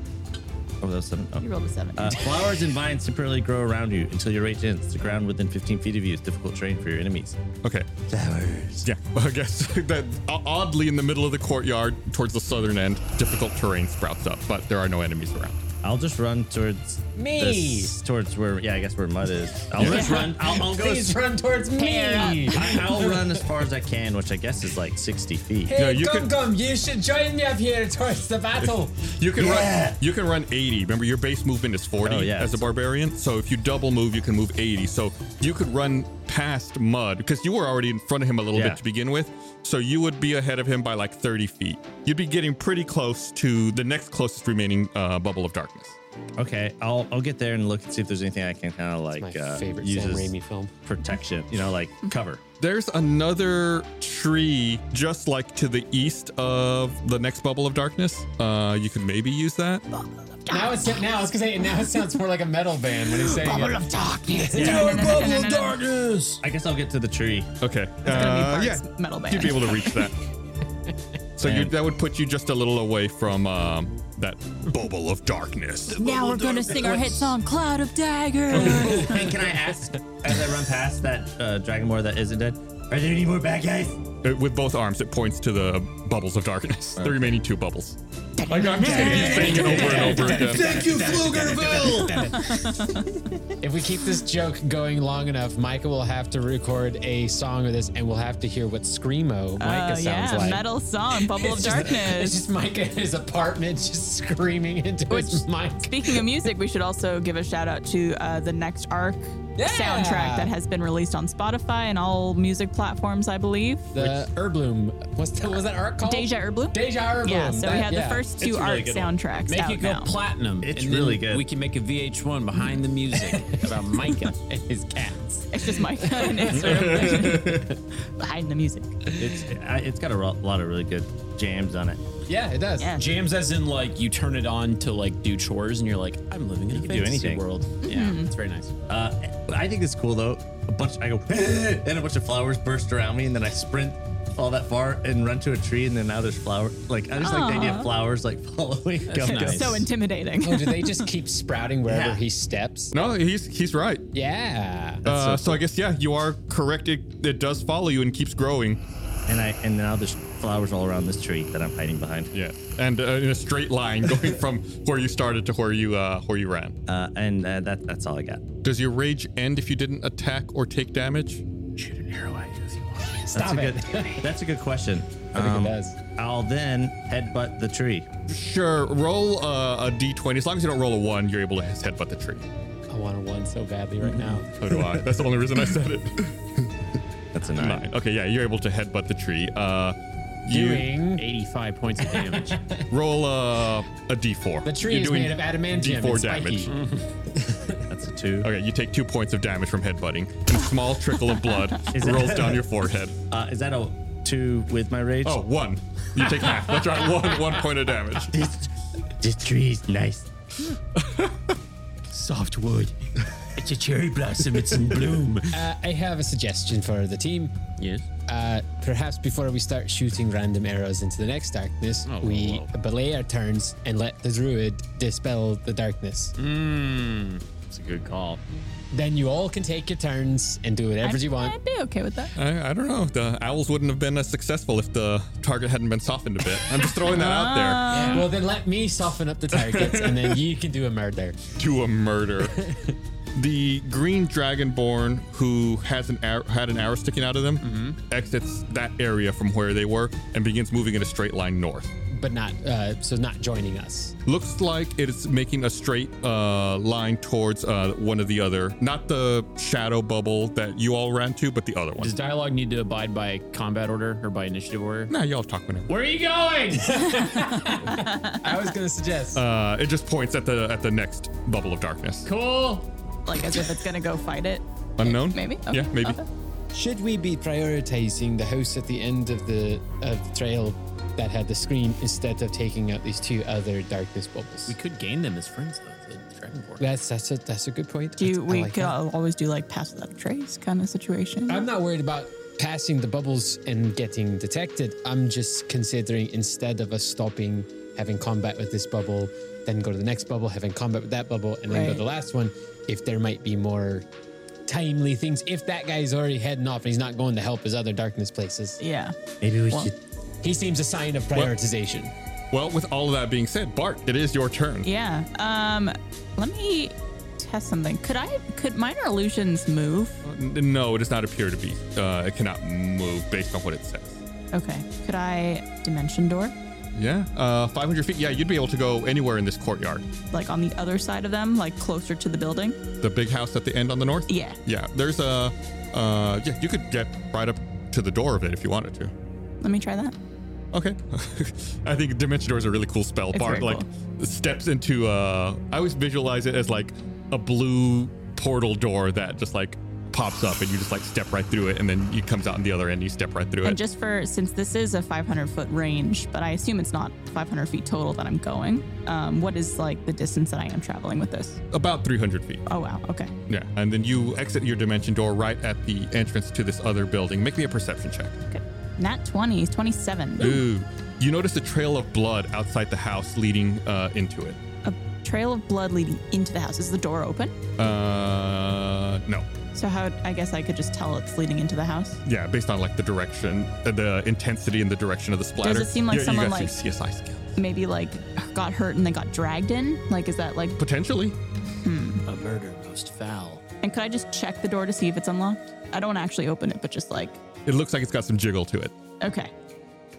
oh, that was seven. Oh.
You rolled a seven.
Uh, flowers and vines temporarily grow around you until your rage ends. The ground within 15 feet of you is difficult terrain for your enemies.
Okay.
Flowers.
Yeah, I guess that o- oddly in the middle of the courtyard, towards the southern end, difficult terrain sprouts up, but there are no enemies around.
I'll just run towards
Me.
this- towards where yeah, I guess where mud is. I'll just run. I'll, I'll go.
Please
As,
run towards me.
I, I'll run as far as I can, which I guess is like 60 feet.
Hey,
No, you
Gum
could-
Gum, you should join me up here towards the battle.
You can
Yeah.
run. You can run 80. Remember, your base movement is 40
Oh, yeah.
as a barbarian. So if you double move, you can move 80. So you could run past Mud because you were already in front of him a little
Yeah.
bit to begin with. So you would be ahead of him by like 30 feet. You'd be getting pretty close to the next closest remaining uh, bubble of darkness.
Okay, I'll I'll get there and look and see if there's anything I can kind of like
My
uh,
favorite
use
Sam
as
Raimi film.
protection. You know, like cover.
There's another tree just like to the east of the next bubble of darkness. Uh, you could maybe use that.
Now it's now it's because now it sounds more like a metal band when he's saying it.
of darkness.
darkness.
I guess I'll get to the tree.
Okay.
gonna
Uh,
be
yeah,
Bart's metal band.
you'd be able to reach that. So you,
And-
that would put you just a little away from um, that bubble of darkness.
Now we're gonna sing our hit song, Cloud of Daggers.
hey, can I ask as I run past that uh, dragonborn that isn't dead? Are there any more bad guys?
Uh, With both arms, it points to the bubbles of darkness. The remaining two bubbles. Like I'm just gonna keep saying it over and over again.
Thank you, Pflugerville.
If we keep this joke going long enough, Micah will have to record a song of this, and we'll have to hear what screamo Micah
Oh,
sounds
yeah,
like.
metal song, Bubble of
It's just- It's
Darkness.
just Micah in his apartment, just screaming into his
Which-
mic.
Speaking of music, we should also give a shout out to uh, the Next Arc soundtrack that has been released on Spotify and all music platforms, I believe.
The Herbloom. What's the, was that art called?
Deja Herbloom?
Deja Herbloom.
Yeah, so we
That-
had
yeah.
the first two
It's a really
arc
good one.
soundtracks
Make
out
it go
now.
platinum.
It's
and then
really good.
We can make a VH1 behind the music about Micah and his cats.
it's just my and Instagram behind the music.
It's I, it's got a ro- lot of really good jams on it.
Yeah, it does.
Yeah.
Jams as in like you turn it on to like do chores and you're like, I'm living in a
can do
fantasy
anything.
world. Yeah, it's very nice.
Uh, I think it's cool though. A bunch I go and a bunch of flowers burst around me, and then I sprint all that far and run to a tree, and then now there's flowers. Like I just like the idea of flowers like following. Gum
nice.
Gum.
So intimidating.
Oh, do they just keep sprouting wherever
Yeah.
he steps?
No, he's he's right.
Yeah.
Uh, so I guess yeah, you are correct. It, it does follow you and keeps growing.
And I and now there's flowers all around this tree that I'm hiding behind.
Yeah, and uh, in a straight line going from where you started to where you uh, where you ran.
Uh, and uh, that that's all I got.
Does your rage end if you didn't attack or take damage?
Shoot an arrow at you.
Stop
that's a
it.
Good, Um, that's a good question.
I think it does.
I'll then headbutt the tree.
Sure. Roll uh, a d20. As long as you don't roll a one, you're able to headbutt the tree.
I want a one so badly right now.
So do I. That's the only reason I said it.
That's a nine.
Nine. Okay, yeah, you're able to headbutt the tree. Uh, you
Doing.
85 points of damage.
roll uh, a d4.
The tree
You're
is
doing
made of adamantium.
D4
and
damage.
spiky. Mm.
That's a two.
Okay, you take two points of damage from headbutting. And a small trickle of blood rolls down your forehead.
Uh, is that a two with my rage?
Oh, one. You take half. That's right, one, one point of damage.
This, this tree is nice.
Soft wood. It's a cherry blossom. It's in bloom.
Uh, I have a suggestion for the team.
Yes.
Uh, perhaps before we start shooting random arrows into the next darkness,
Oh, whoa,
we
whoa.
belay our turns and let the druid dispel the darkness.
That's a good call.
Then you all can take your turns and do whatever
I'd-
you want.
I'd be okay with that.
I, I don't know. The owls wouldn't have been as successful if the target hadn't been softened a bit. I'm just throwing that out
Ah.
there.
Well, then let me soften up the targets, and then you can do a murder.
to a murder. the green dragonborn who has an arrow, had an arrow sticking out of them
Mm-hmm.
exits that area from where they were and begins moving in a straight line north.
but not uh, so not joining us.
Looks like it is making a straight uh, line towards uh, one of the other, not the shadow bubble that you all ran to, but the other one.
Does dialogue need to abide by combat order or by initiative order?
Nah, y'all talk whenever.
Where are you going?
I was gonna suggest.
Uh, it just points at the at the next bubble of darkness.
cool.
Like as if it's gonna go fight it.
Unknown?
Maybe.
Yeah,
Okay,
maybe.
okay.
Should we be prioritizing the house at the end of the of the trail that had the screen instead of taking out these two other darkness bubbles?
We could gain them as friends though. The dragonborn.
That's that's a that's a good point.
Do you,
I
we
like
could
that.
always do like pass without a trace kind of situation.
I'm not worried about passing the bubbles and getting detected. I'm just considering instead of us stopping, having combat with this bubble, then go to the next bubble, having combat with that bubble, and then go to the last one, if there might be more timely things. If that guy's already heading off and he's not going to help his other darkness places,
yeah.
Maybe we
Well-
should.
he seems a sign of prioritization.
Well, with all of that being said, Bart, it is your turn.
Yeah. Um let me test something. Could I could minor illusions move?
N- No, it does not appear to be. Uh, it cannot move based on what it says.
Okay. Could I dimension door?
Yeah. Uh, 500 feet. Yeah, you'd be able to go anywhere in this courtyard.
Like on the other side of them, like closer to the building?
The big house at the end on the north.
Yeah.
Yeah. There's a. Uh, yeah, you could get right up to the door of it if you wanted to.
Let me try that.
Okay. I think Dimension Door is a really cool spell.
It's
Bard
very
like steps into. Uh, I always visualize it as like a blue portal door that just like pops up and you just like step right through it and then it comes out on the other end. And you step right through it.
And just for since this is a 500 foot range, but I assume it's not 500 feet total that I'm going. Um, what is like the distance that I am traveling with this?
About 300 feet.
Oh wow. Okay.
Yeah. And then you exit your dimension door right at the entrance to this other building. Make me a perception check.
Okay. Nat 20, 27.
Ooh. You notice a trail of blood outside the house leading uh, into it.
A trail of blood leading into the house. Is the door open?
Uh, no.
So how I guess I could just tell it's leading into the house.
Yeah, based on like the direction, uh, the intensity and the direction of the splatter.
seem like
you- you
someone,
got some
like-
CSI skill?
Maybe like got hurt and then got dragged in. Like is that like?
Potentially.
A murder most foul.
And could I just check the door to see if it's unlocked? I don't actually open it, but just like
It looks like it's got some jiggle to it.
okay.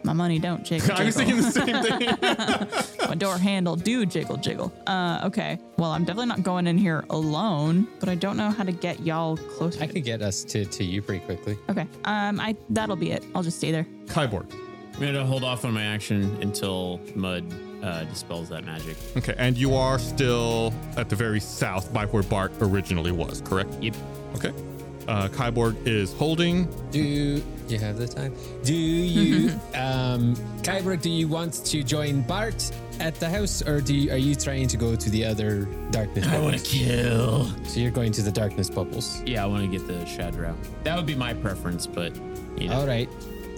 My money don't jiggle.
I was
jiggle.
thinking the same thing.
My door handle do jiggle jiggle. Uh, okay. Well, I'm definitely not going in here alone, but I don't know how to get y'all closer.
I could get us to, to you pretty quickly.
okay. Um, I that'll be it. I'll just stay there.
Kyborg.
I'm gonna hold off on my action until Mud uh, dispels that magic.
Okay, and you are still at the very south by where Bart originally was, correct?
Yep.
Okay. Uh, Kyborg is holding.
Do you have the time? Do you, um, Kyber, do you want to join Bart at the house, or do you, are you trying to go to the other darkness?
I want
bubbles?
to kill.
So you're going to the darkness bubbles.
Yeah, I want to get the Shadraw. That would be my preference, but you know,
All right.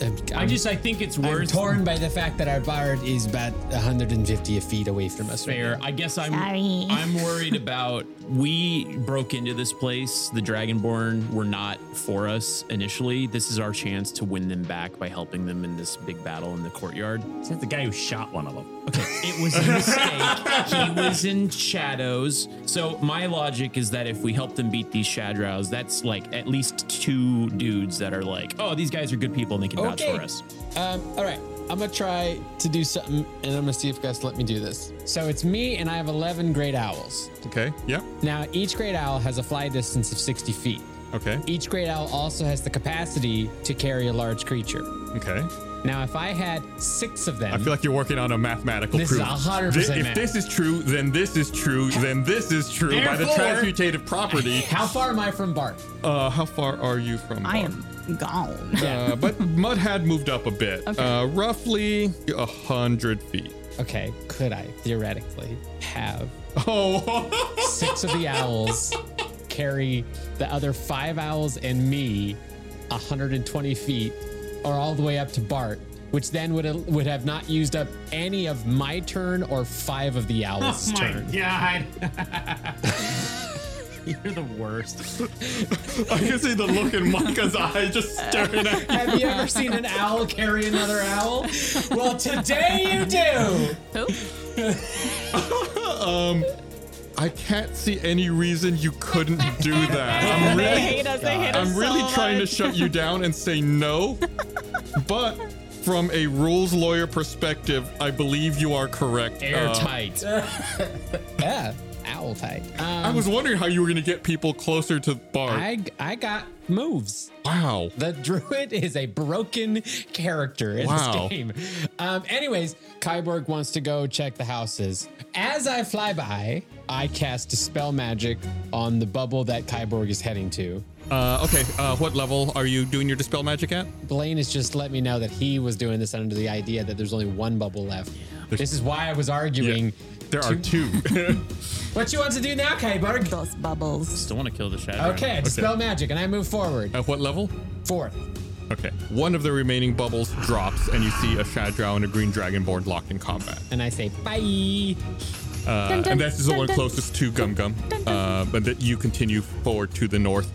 Um,
I
I'm-
just I think it's
I'm
worth.
torn by the fact that our bard is about 150 feet away from us. right
Fair. I guess I'm.
Sorry.
I'm worried about. We broke into this place. The Dragonborn were not for us initially. This is our chance to win them back by helping them in this big battle in the courtyard.
Is that the guy who shot one of them?
Okay, it was a mistake. he was in shadows. So my logic is that if we help them beat these Shadrows, that's like at least two dudes that are like, oh, these guys are good people and they can
now.
vouch for us.
Um, all right. I'm going to try to do something, and I'm going to see if you guys let me do this. So it's me, and I have 11 great owls.
Okay. Yeah.
Now, each great owl has a fly distance of 60 feet.
Okay.
E-
Each great owl also has the capacity to carry a large creature.
Okay.
Now, if I had six of them,
I feel like you're working on a mathematical
This is
proof.
100%
Thi- If
math.
this is true, then this is true, then this is true by the
Therefore-
transmutative property.
how far am I from Bart?
Uh, how far are you from?
I
Bard?
am gone.
Uh, but Mud had moved up a bit,
Okay.
uh, roughly a hundred feet.
Okay, could I theoretically have
Oh,
six of the owls carry the other five owls and me 120 feet or all the way up to Bart, which then would would have not used up any of
Oh
my turn or five of the owls' turn.
God. You're the worst.
I can see the look in Micah's eye just staring at me.
Have you ever seen an owl carry another owl? Well, today you do.
Who?
I can't see any reason you couldn't do that. I'm
They
really,
hate us. They hate us.
I'm really
so
trying to
much.
shut you down and say no. But from a rules lawyer perspective, I believe you are correct. Uh,
Airtight. yeah, owl tight. Um,
I was wondering how you were going to get people closer to Bard.
I I got moves.
wow.
The druid is a broken character in
Wow.
this game. Um, anyways, Kyborg wants to go check the houses. As I fly by, I cast dispel magic on the bubble that Kyborg is heading to.
Uh, okay, uh, what level are you doing your dispel magic at?
Blaine has just let me know that he was doing this under the idea that there's only one bubble left. This is why I was arguing.
There are two.
What you want to do now, Kyborg?
Those bubbles.
Still want to kill the shadow.
Okay, dispel magic, and I move forward.
at Uh, what level?
Fourth.
Okay. One of the remaining bubbles drops, and you see a Shadrow and a green dragonborn locked in combat.
And I say, bye.
Uh, and that's the one closest to Gum Gum. Uh, but that you continue forward to the north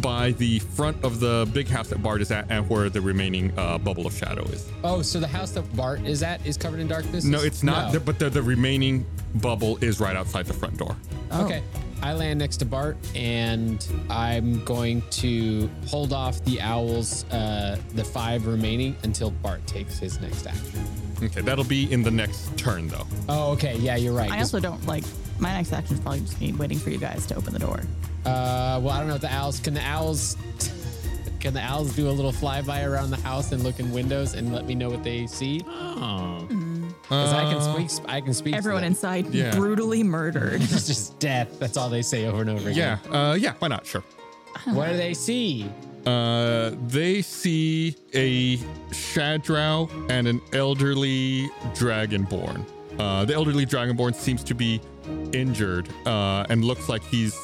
by the front of the big house that Bard is at and where the remaining uh, bubble of shadow is.
Oh, so the house that Bart is at is covered in darkness?
No, it's not,
No.
there, but the, the remaining bubble is right outside the front door.
Okay. I land next to Bart, and I'm going to hold off the owls, uh, the five remaining, until Bart takes his next action.
Okay, that'll be in the next turn, though.
Oh, okay. Yeah, you're right.
I also don't like. My next action is probably just me waiting for you guys to open the door.
uh, well, I don't know if the owls can the owls can the owls do a little flyby around the house and look in windows and let me know what they see?
Oh.
Because I can speak. I can speak. to
Everyone
them.
inside
yeah.
brutally murdered.
It's just death. That's all they say over and over
Yeah,
again.
uh, yeah, why not? Sure.
What do they see?
Uh, they see a Shadrow and an elderly Dragonborn. Uh, the elderly Dragonborn seems to be injured uh, and looks like he's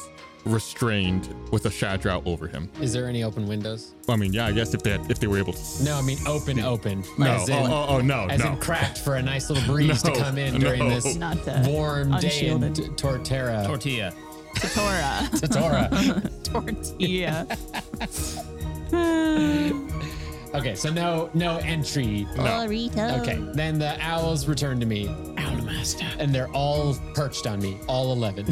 restrained with a Shadrow over him.
Is there any open windows?
I mean, yeah, I guess if they had, if they were able to.
No, I mean open, open.
No.
As in-
oh, oh, oh, no,
as
no.
in cracked for a nice little breeze
No,
to come in during
no.
this
Not the
warm day in
unshielded.
T- Torterra.
Tortilla.
Torah.
Tortora.
Tortilla.
okay, so no, no entry.
Burrito.
Okay, then the owls return to me,
Owl master.
and they're all perched on me, all eleven.
I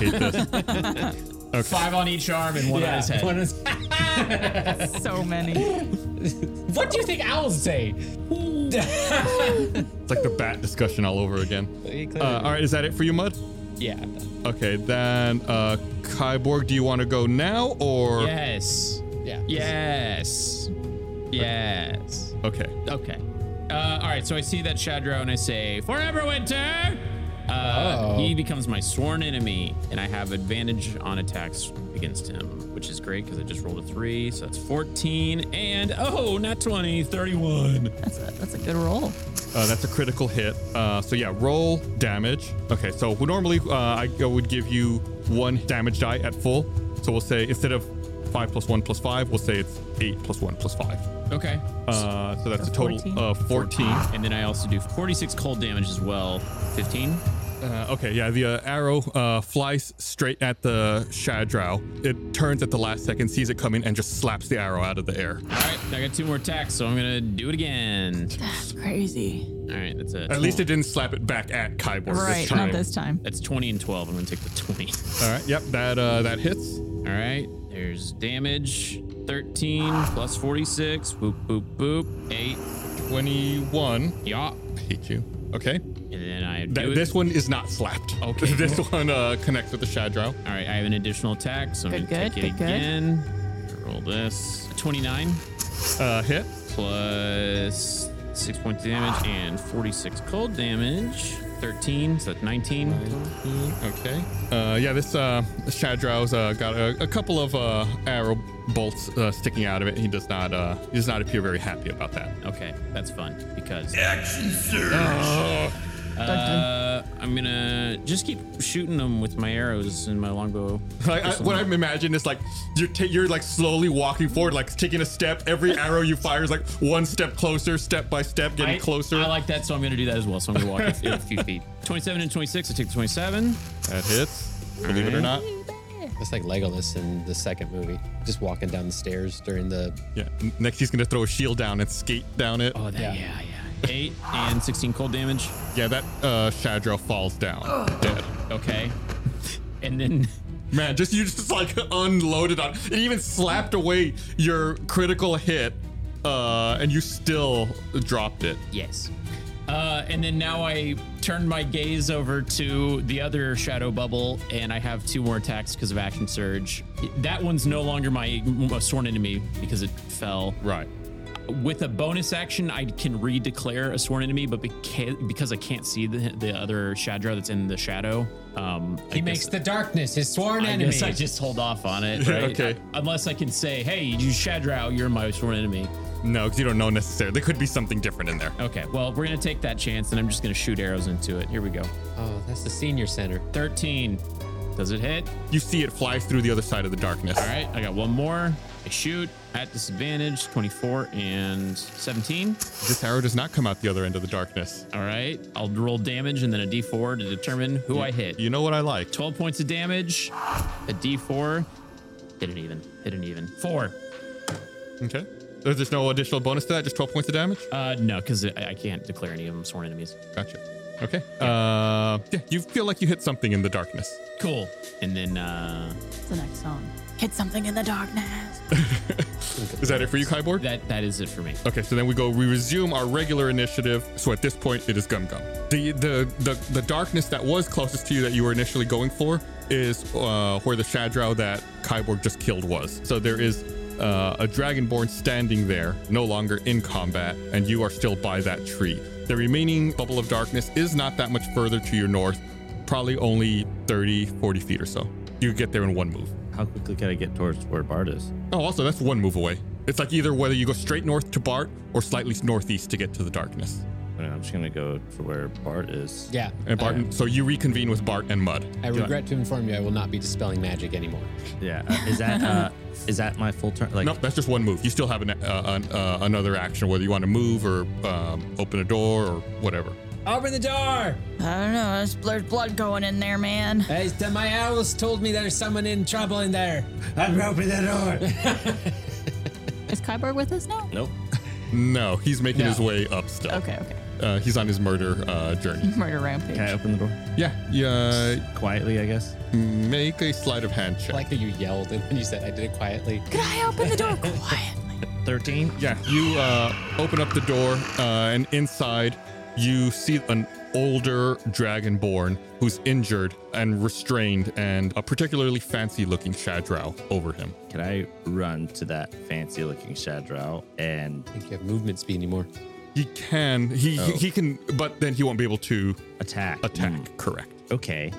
hate this.
Five on each arm and one on his head.
One is-
so many.
what do you think owls say?
It's like the bat discussion all over again. Uh, all right, is that it for you, Mud?
yeah, I'm done.
Okay, then uh, Kyborg, do you want to go now or?
Yes.
yeah,
Yes. Yes.
Okay.
Okay. Uh, all right. So I see that Shadrow and I say, "Forever Winter." Uh,
Oh.
He becomes my sworn enemy, and I have advantage on attacks against him, which is great because I just rolled a three, so that's 14. And oh, not 20, 31.
That's a, that's a good roll.
Uh, that's a critical hit. Uh, so yeah, roll damage. Okay, so we- normally uh, I I would give you one damage die at full. So we'll say instead of five plus one plus five, we'll say it's eight plus one plus five.
Okay.
Uh, so that's
So
a total
14.
of fourteen.
And then I also do 46 cold damage as well. 15.
Uh, okay, yeah, the uh, arrow uh, flies straight at the Shadrow. It turns at the last second, sees it coming, and just slaps the arrow out of the air.
All right. I got two more attacks, so I'm gonna do it again.
That's crazy.
All right. That's a.
At least it didn't slap it back at Kyborg this
Right,
time.
not this time.
That's 20 and 12. I'm gonna take the 20.
All right, yep, that uh, that hits.
All right, there's damage 13 plus 46. Boop, boop, boop. Eight.
Twenty-one.
Yeah.
Hate you. Okay.
And then I do
Th-
it.
this one is not slapped.
Okay.
this one uh, connects with the Shadrow.
All right, I have an additional attack, so I'm
Good,
going
good,
to take
good,
it
good.
again. Roll this 29
Uh, hit.
plus 6 points of damage and 46 cold damage. 13, so that's 19.
Okay. Uh, yeah, this uh, Shadrow's uh, got a, a couple of uh, arrow bolts uh, sticking out of it. He does not uh, he does not appear very happy about that.
Okay, that's fun because
Dun,
uh, I'm going to just keep shooting them with my arrows and my longbow.
Like, I, what I'm imagining is like you're ta- you're like slowly walking forward, like taking a step. Every arrow you fire is like one step closer, step by step, getting
I-
closer.
I like that, so I'm going to do that as well. So I'm going to walk a few- a few feet. 27 and 26. I take the 27.
that hits. Believe it or not.
It's like Legolas in the second movie, just walking down the stairs during the.
Yeah. n- Next, he's gonna throw a shield down and skate down it.
Oh, that,
Yeah.
yeah, yeah. Eight and 16 cold damage.
Yeah, that uh, Shadra falls down dead.
Okay. And then
Man, just you just like unloaded on. It even slapped away your critical hit, uh, and you still dropped it.
Yes. Uh, and then now I turn my gaze over to the other shadow bubble, and I have two more attacks because of action surge. That one's no longer my uh, sworn enemy because it fell.
Right.
With a bonus action, I can redeclare a sworn enemy, but beca- because I can't see the, the other Shadra that's in the shadow, um, I
He makes
guess-
the darkness his sworn
I
enemy.
guess I just hold off on it.
Yeah,
Right? Uh,
okay.
Unless I can say, "Hey, you Shadrao, you're my sworn enemy."
No, because you don't know necessarily. There could be something different in there.
Okay. Well, we're gonna take that chance, and I'm just gonna shoot arrows into it. Here we go.
oh, that's the senior center.
13. Does it hit?
You see it flies through the other side of the darkness.
All right, I got one more. I shoot at disadvantage, 24 and 17.
This arrow does not come out the other end of the darkness.
All right, I'll roll damage and then a d4 to determine who I hit.
You know what I like.
12 points of damage, a d4. Hit it even, hit it even. Four.
Okay. There's just no additional bonus to that. Just 12 points of damage.
Uh, no, because I, I can't declare any of them sworn enemies.
Gotcha. Okay. Uh, yeah, you feel like you hit something in the darkness.
Cool. And then, uh,
It's the next song.
Hit something in the darkness.
Is that it for you, Kyborg?
that that is it for me.
Okay, so then we go. We resume our regular initiative. So at this point, it is Gum Gum. The the the, the darkness that was closest to you that you were initially going for is uh, where the Shadrow that Kyborg just killed was. So there is uh, a Dragonborn standing there, no longer in combat, and you are still by that tree. The remaining bubble of darkness is not that much further to your north, probably only 30, 40 feet or so. You get there in one move.
How quickly can I get towards where Bard is?
Oh, also, that's one move away. It's like either whether you go straight north to Bart or slightly northeast to get to the darkness.
I mean, I'm just gonna go for where Bart is.
Oh, Yeah.
And Bart, so you reconvene with Bart and Mud.
I regret to inform you, I will not be dispelling magic anymore.
Yeah. uh, is that uh, is that my full turn? Like,
No, that's just one move. You still have an, uh, an, uh, another action, whether you want to move or um, open a door or whatever.
Open the door!
I don't know. There's, there's blood going in there, man.
Hey, the- my owls told me there's someone in trouble in there.
I'm opening the door.
Is Kyborg with us now?
Nope.
No, he's making
No.
his way up still.
Okay, okay.
Uh, he's on his murder uh, journey.
Murder rampage.
Can I open the door
Yeah, yeah.
quietly? I guess.
Make a sleight of hand check.
I like that you yelled and when you said I did it quietly.
Could I open the door quietly?
Thirteen.
Yeah, you uh, open up the door, uh, and inside you see an older dragonborn who's injured and restrained, and a particularly fancy looking Shadrow over him.
Can I run to that fancy looking Shadrow and
I think you have movement speed anymore.
He can, he, he,
Oh.
he can, but then he won't be able to
attack?
attack,
Mm,
correct?
okay.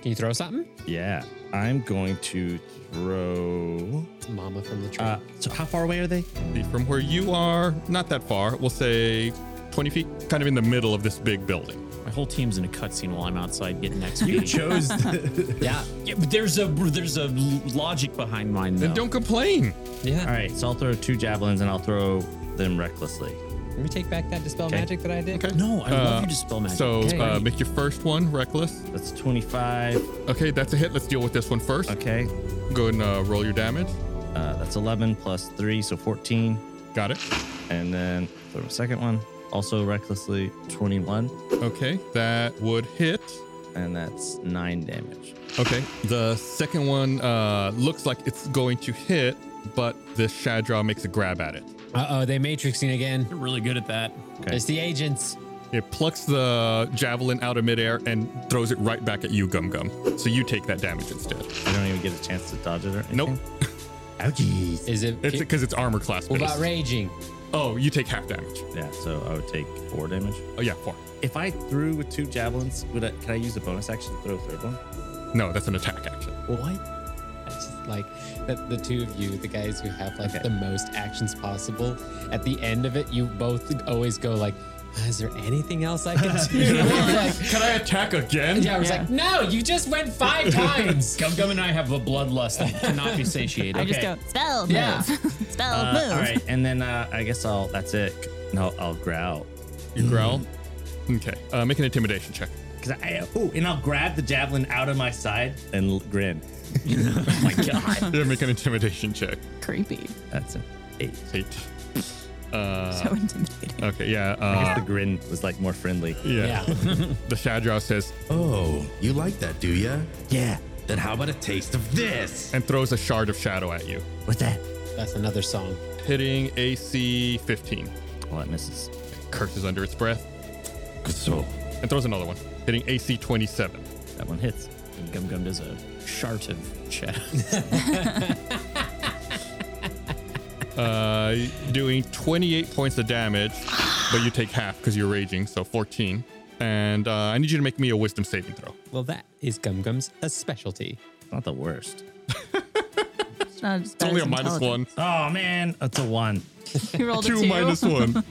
Can you throw something?
Yeah. I'm going to throw.
It's Mama from the tree.
Uh, so how far away are they?
From where you are, not that far, we'll say 20 feet, kind of in the middle of this big building.
My whole team's in a cutscene while I'm outside getting XP.
chose
yeah.
Yeah, but there's a there's a logic behind mine.
Then
Oh.
though.
don't complain.
Yeah.
All right. So I'll throw two javelins and I'll throw them recklessly.
Let me take back that dispel
Okay.
magic that I did.
Okay.
No, I
Uh,
love you to spell magic.
So
It's
uh,
great.
make your first one reckless.
That's twenty-five.
Okay, that's a hit. Let's deal with this one first.
Okay.
Go ahead and uh, roll your damage.
Uh, that's eleven plus three, so fourteen.
Got it.
And then throw a second one, also recklessly 21,
Okay, that would hit.
and that's nine damage.
Okay, the second one uh, looks like it's going to hit, but the Shadraw makes a grab at it.
Uh oh, they matrixing again.
They're really good at that.
Okay.
It's the agents.
It plucks the javelin out of midair and throws it right back at you, Gum Gum. So you take that damage instead.
I don't even get a chance to dodge it or anything.
Nope,
Ouchies.
Is it?
it's because it's armor class
what
based.
about raging?
Oh, you take half damage.
Yeah, so I would take four damage.
Oh yeah, four.
If I threw with two javelins, would I, could I use a bonus action to throw a third one?
No, that's an attack action.
What?
I just like that the two of you, the guys who have like
Okay.
the most actions possible, at the end of it, you both always go like, "Uh, "Is there anything else I can do?" Like,
Can I attack again?
yeah, I was
Yeah.
like, "No, you just went five times."
Gum Gum and I have a bloodlust that cannot be satiated.
I just
Okay.
go,
Spell,
Yeah.
move. Spell,
Uh,
Oh.
move.
all right, and then uh, I guess I'll, that's it. No, I'll growl.
You growl. Okay, uh, make an intimidation check.
Cause I, oh, and I'll grab the javelin out of my side and l- grin.
oh my god.
Yeah, make an intimidation check.
Creepy.
That's an eight.
Eight. Uh,
So intimidating.
okay, yeah.
I guess
Uh,
the grin was like more friendly.
yeah. the Shadrow says,
Oh, you like that, do ya? Yeah. Then how about a taste of this?
and throws a shard of shadow at you,
What's that?
That's another song.
hitting AC 15.
Well, that Oh, misses.
Curses under its breath,
So,
and throws another one, hitting AC 27.
That one hits.
And Gum Gum does a shart of shadow.
Uh, doing 28 points of damage, but you take half because you're raging, so 14. And uh, I need you to make me a wisdom saving throw.
Well, that is Gum Gum's a specialty.
Not the worst.
It's not as
It's
bad
only
as
a minus one.
intelligence.
Oh man, that's a one.
You rolled a
Two
two.
minus one.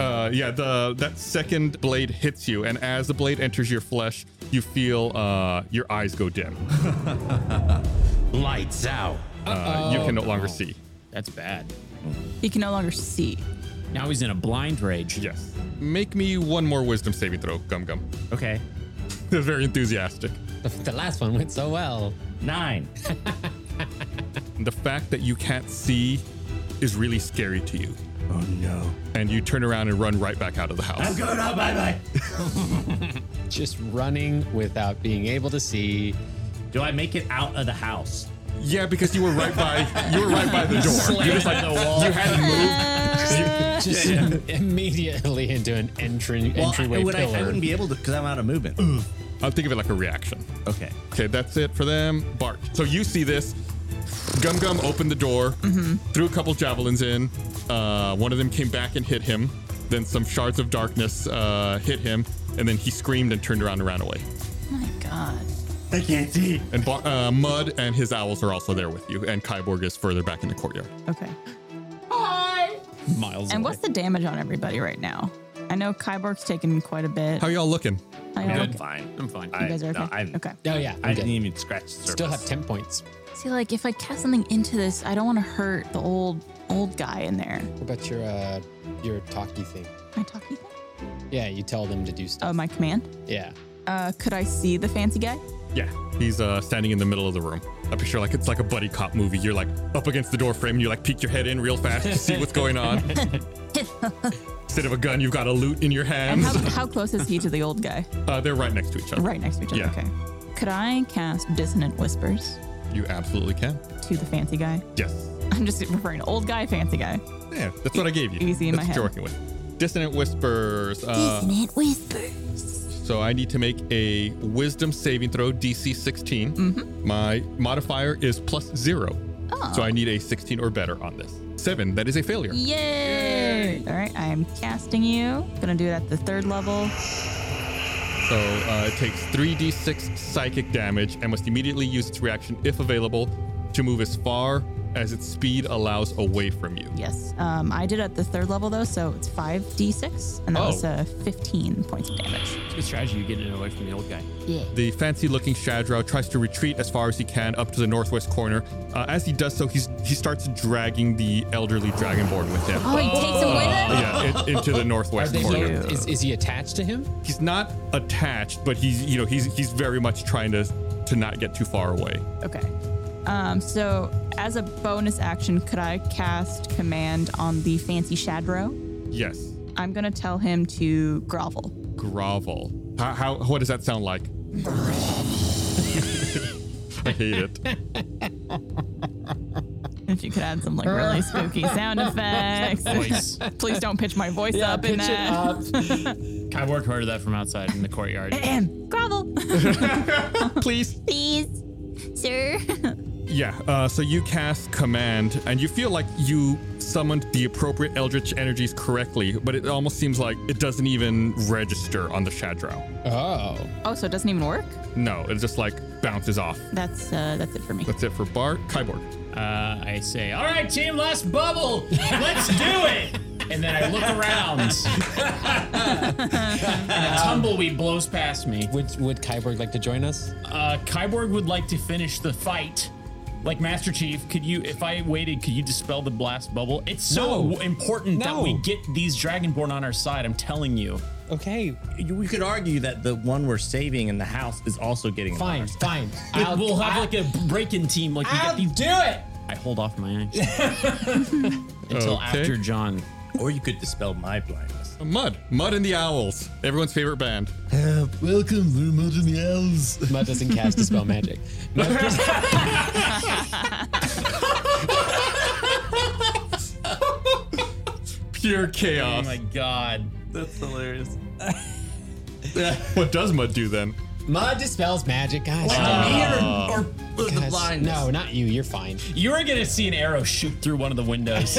Uh, yeah, the that second blade hits you, and as the blade enters your flesh, you feel uh, your eyes go dim.
lights out.
Uh, you can no longer see.
That's bad.
He can no longer see.
Now he's in a blind rage.
Yes. Make me one more wisdom saving throw, Gum Gum.
Okay,
They're very enthusiastic.
The, the last one went so well.
nine.
The fact that you can't see is really scary to you.
Oh no.
And you turn around and run right back out of the house.
going out, bye bye.
Just running without being able to see.
Do I make it out of the house?
Yeah, because you were right by you were right by the door. You just like you hadn't moved.
Uh,
Just immediately into an entry, entryway
would I,
pillar.
I wouldn't be able to because I'm out of movement.
I'll think of it like a reaction.
Okay.
Okay, that's it for them. Bart. So you see this. Gum Gum opened the door, threw a couple javelins in. Uh, one of them came back and hit him. Then some shards of darkness uh, hit him, and then he screamed and turned around and ran away.
My God.
I can't see.
And Bar- uh, Mud and his owls are also there with you, and Kyborg is further back in the courtyard.
Okay.
Miles
And
away.
what's the damage on everybody right now? I know Kyborg's taken quite a bit.
How y'all looking?
I
I'm
know.
fine.
I'm fine.
You guys are okay.
No, I'm-
okay.
Oh yeah,
I
I'm
didn't
good.
even scratch the surface.
Still have ten points.
See, like if I cast something into this, I don't want to hurt the old old guy in there.
What about your uh, your talkie thing?
My talkie thing.
Yeah, you tell them to do stuff.
Oh, my command.
yeah.
Uh, could I see the fancy guy?
Yeah, he's uh, standing in the middle of the room. I picture like it's like a buddy cop movie. You're like up against the door frame, and you like peek your head in real fast to see what's going on. Instead of a gun, you've got a loot in your
And
hands.
how, how close is he to the old guy?
Uh, they're right next to each other.
Uh-huh. Right next to each other.
Yeah.
Okay. Could I cast dissonant whispers
You absolutely can.
to the fancy guy?
Yes.
I'm just referring to old guy, fancy guy.
Yeah, that's what I gave you.
Easy in
that's
my head.
what you're working with. Dissonant whispers. Uh,
Dissonant whispers.
so I need to make a wisdom saving throw, DC 16. My modifier is plus zero. So I need a 16 or better on this. Seven. That is a failure.
Yay!
All right, I am casting you. Gonna do it at the third level.
So uh, it takes 3d6 psychic damage and must immediately use its reaction, if available, to move as far as its speed allows away from you.
Yes. Um, I did it at the third level though, so it's five d6, and that
Oh.
was uh, 15 points of damage.
It's a good strategy you get it away from the old guy.
The fancy looking Shadrow tries to retreat as far as he can up to the northwest corner. Uh, as he does so, he's, he starts dragging the elderly dragonborn with him.
Oh, he takes him with him?
Yeah, in, into the
Are
northwest
they
corner.
both- is, is he attached to him?
He's not attached, but he's you know he's he's very much trying to to not get too far away.
Okay. Um, so as a bonus action, could I cast command on the fancy Shadro?
Yes,
I'm gonna tell him to grovel.
grovel. How, how what does that sound like? I hate it.
If you could add some like really spooky sound effects. Please don't pitch my voice up in that.
I worked hard at that from outside in the courtyard.
Grovel.
Please.
Please, sir.
Yeah, uh, so you cast command, and you feel like you summoned the appropriate eldritch energies correctly, but it almost seems like it doesn't even register on the Shadrow.
Oh,
Oh, so it doesn't even work?
No, it just like bounces off.
That's uh, that's it for me.
That's it for Bart. Kyborg.
Uh, I say, all right, team, last bubble. Let's do it. And then I look around. and a tumbleweed blows past me.
would would Kyborg like to join us?
Uh, Kyborg would like to finish the fight Like Master Chief, could you, if I waited, could you dispel the blast bubble? It's so
No.
w- important that we
No.
get these Dragonborn on our side. I'm telling you.
Okay.
You- We could argue that the one we're saving in the house is also getting
Fine, fine.
I'll, we'll have like a break-in team. Like we get these.
do it.
I hold off my eyes until
Okay.
after John.
Or you could dispel my blindness.
Mud. Mud and the Owls. Everyone's favorite band.
Uh, welcome, we're Mud and the Elves.
Mud doesn't cast dispel magic.
Pure
Oh
chaos.
my god.
That's hilarious.
what does Mud do then?
Mud dispels magic, guys.
Uh,
or, or the
Guys,
blindness?
no, not you. You're fine.
You are gonna see an arrow shoot through one of the windows.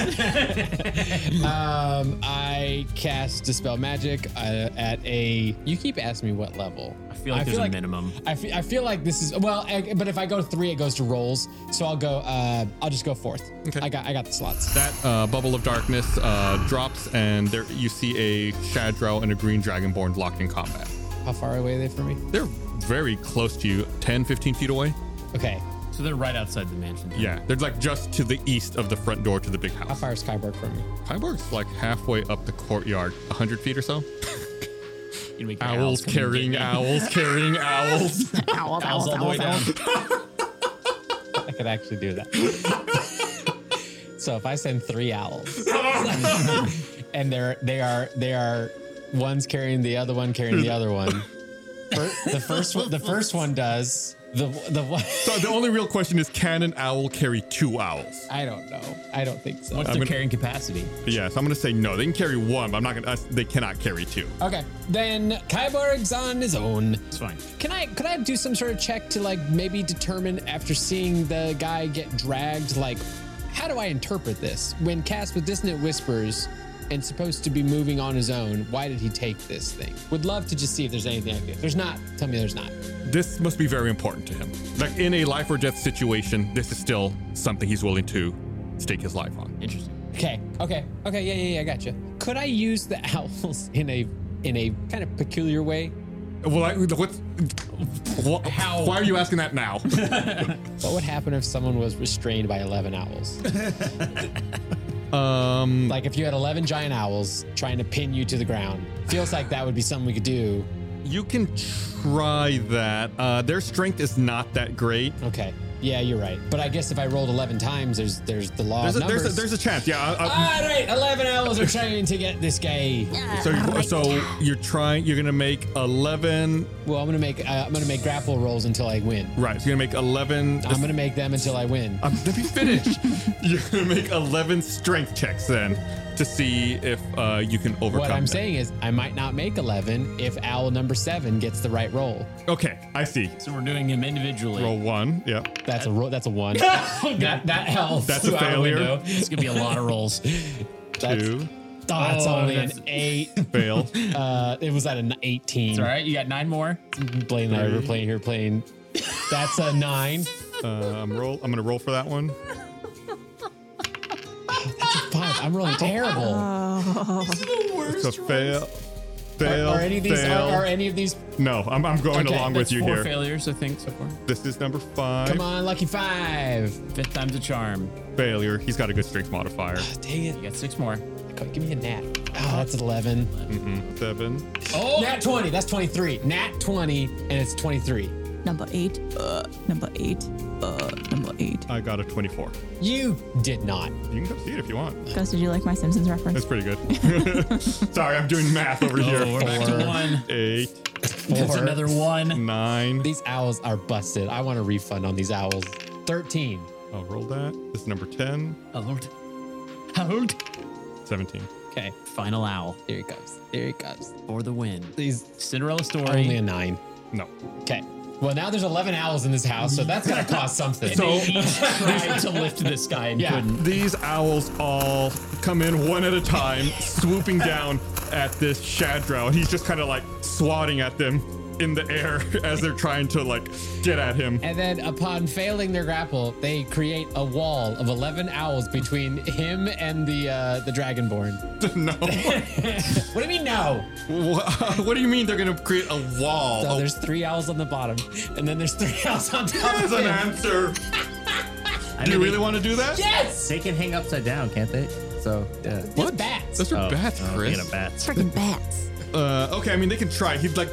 Um, I cast dispel magic uh, at a. You keep asking me what level. I
feel like there's a minimum.
I feel, I feel like this is well, I, but if I go three, it goes to rolls. So I'll go. Uh, I'll just go fourth.
Okay.
I got I got the slots.
That uh, bubble of darkness uh, drops, and there you see a Shadrow and a green dragonborn locked in combat.
How far away are they from me?
They're very close to you, 10, 15 feet away.
Okay.
so they're right outside the mansion.
Yeah, they're like just to the east of the front door to the big
How
house.
far is Kyborg from me?
Kyborg's like halfway up the courtyard, 100 feet or so.
You make your
Owls
come and get
carrying
me.
owls, carrying owls.
Owls,
Owls
owls,
all the way
owls,
down.
owls.
I could actually do that. so if I send three owls, and they're they are they are one's carrying the other one carrying the other one. Fir- the first one the first one does the the one.
so the only real question is can an owl carry two owls?
I don't know. I don't think so.
What's their carrying capacity?
Yeah, so I'm gonna say no. They can carry one, but I'm not gonna. Uh, they cannot carry two.
Okay, then Kyborg's on his own.
It's fine.
Can I could I do some sort of check to like maybe determine after seeing the guy get dragged like how do I interpret this? When cast with dissonant whispers and supposed to be moving on his own, why did he take this thing? Would love to just see if there's anything I can do. If there's not, tell me there's not.
This must be very important to him. Like in a life or death situation, this is still something he's willing to stake his life on.
Interesting.
Okay, okay, okay, yeah, yeah, yeah, I gotcha. Could I use the owls in a in a kind of peculiar way?
Well, I, what? wha-
How?
Why are you asking that now?
What would happen if someone was restrained by eleven owls?
um,
Like if you had 11 giant owls trying to pin you to the ground. Feels like that would be something we could do.
you can try that. Uh, their strength is not that great.
Okay. Yeah, you're right. But I guess if I rolled 11 times, there's there's the law
There's a,
of numbers.
there's a, there's a chance. Yeah. uh, I- I-
All right, 11 owls are trying to get this guy.
so, you, so you're trying. You're gonna make eleven.
Well, I'm going to make uh, I'm going to make grapple rolls until I win.
Right. So you're gonna make eleven.
I'm going to make them until I win.
Um, let me finish. You're gonna make eleven strength checks then to see if uh, you can overcome.
What I'm
them.
saying is I might not make 11 if owl number 7 gets the right roll.
Okay, I see.
So we're doing them individually.
Roll one. Yeah.
That's a ro- that's a 1.
that that helps.
That's a
Wow,
failure.
window. It's gonna be a lot of rolls.
That's,
Two.
oh, that's
Oh,
only
that's-
an 8.
Fail.
Uh, it was at an 18.
All right, you got nine more.
Blaine and I were playing here playing. That's a nine.
Um, roll. I'm gonna roll for that one.
Five. I'm rolling terrible.
Uh,
Are,
It's a fail. Fail.
are any of these?
fail.
Are, are any of these?
no, I'm, I'm going
Okay,
along
that's
with you
Four
here.
failures, I think, so far.
This is number five.
Come on, lucky five.
Fifth time's a charm.
Failure. He's got a good strength modifier.
Dang
You
it!
got six more.
Come- Give me a nat. Oh, that's an eleven.
Seven.
Oh, nat twenty. That's twenty-three. Nat twenty, and it's twenty-three.
Number eight. Uh, number eight. Uh, number eight.
I got a 24.
You did not.
You can come see it if you want.
Gus, did you like my Simpsons reference?
That's pretty good. Sorry, I'm doing math over here.
Oh, we're back to one.
Eight,
That's
Four.
another one.
nine.
These owls are busted. I want a refund on these owls. Thirteen.
I'll roll that. This is number 10,
Hold. Hold.
17.
Okay.
Final owl
Here it comes. Here it comes.
for the win.
These
Cinderella story.
only a nine.
No.
Okay. Well, now there's eleven owls in this house, so that's gonna cost something.
so they each tried to lift this guy and
Yeah.
couldn't.
These owls all come in one at a time, swooping down at this Shadrow. He's just kind of like swatting at them in the air as they're trying to like get at him.
And then, upon failing their grapple, they create a wall of eleven owls between him and the uh, the dragonborn.
no.
What do you mean no?
Wha- what do you mean they're going to create a wall?
So
A
there's three owls on the bottom, and then there's three owls on top
There's
of
an
him.
answer.
I
Do you
mean,
really want to do that?
Yes. They can hang upside down, can't they? So yeah.
What? Bats. Those are
Oh,
bats,
oh,
Chris.
thinking of bats.
Freaking bats.
Uh, okay, I mean they can try. He's like,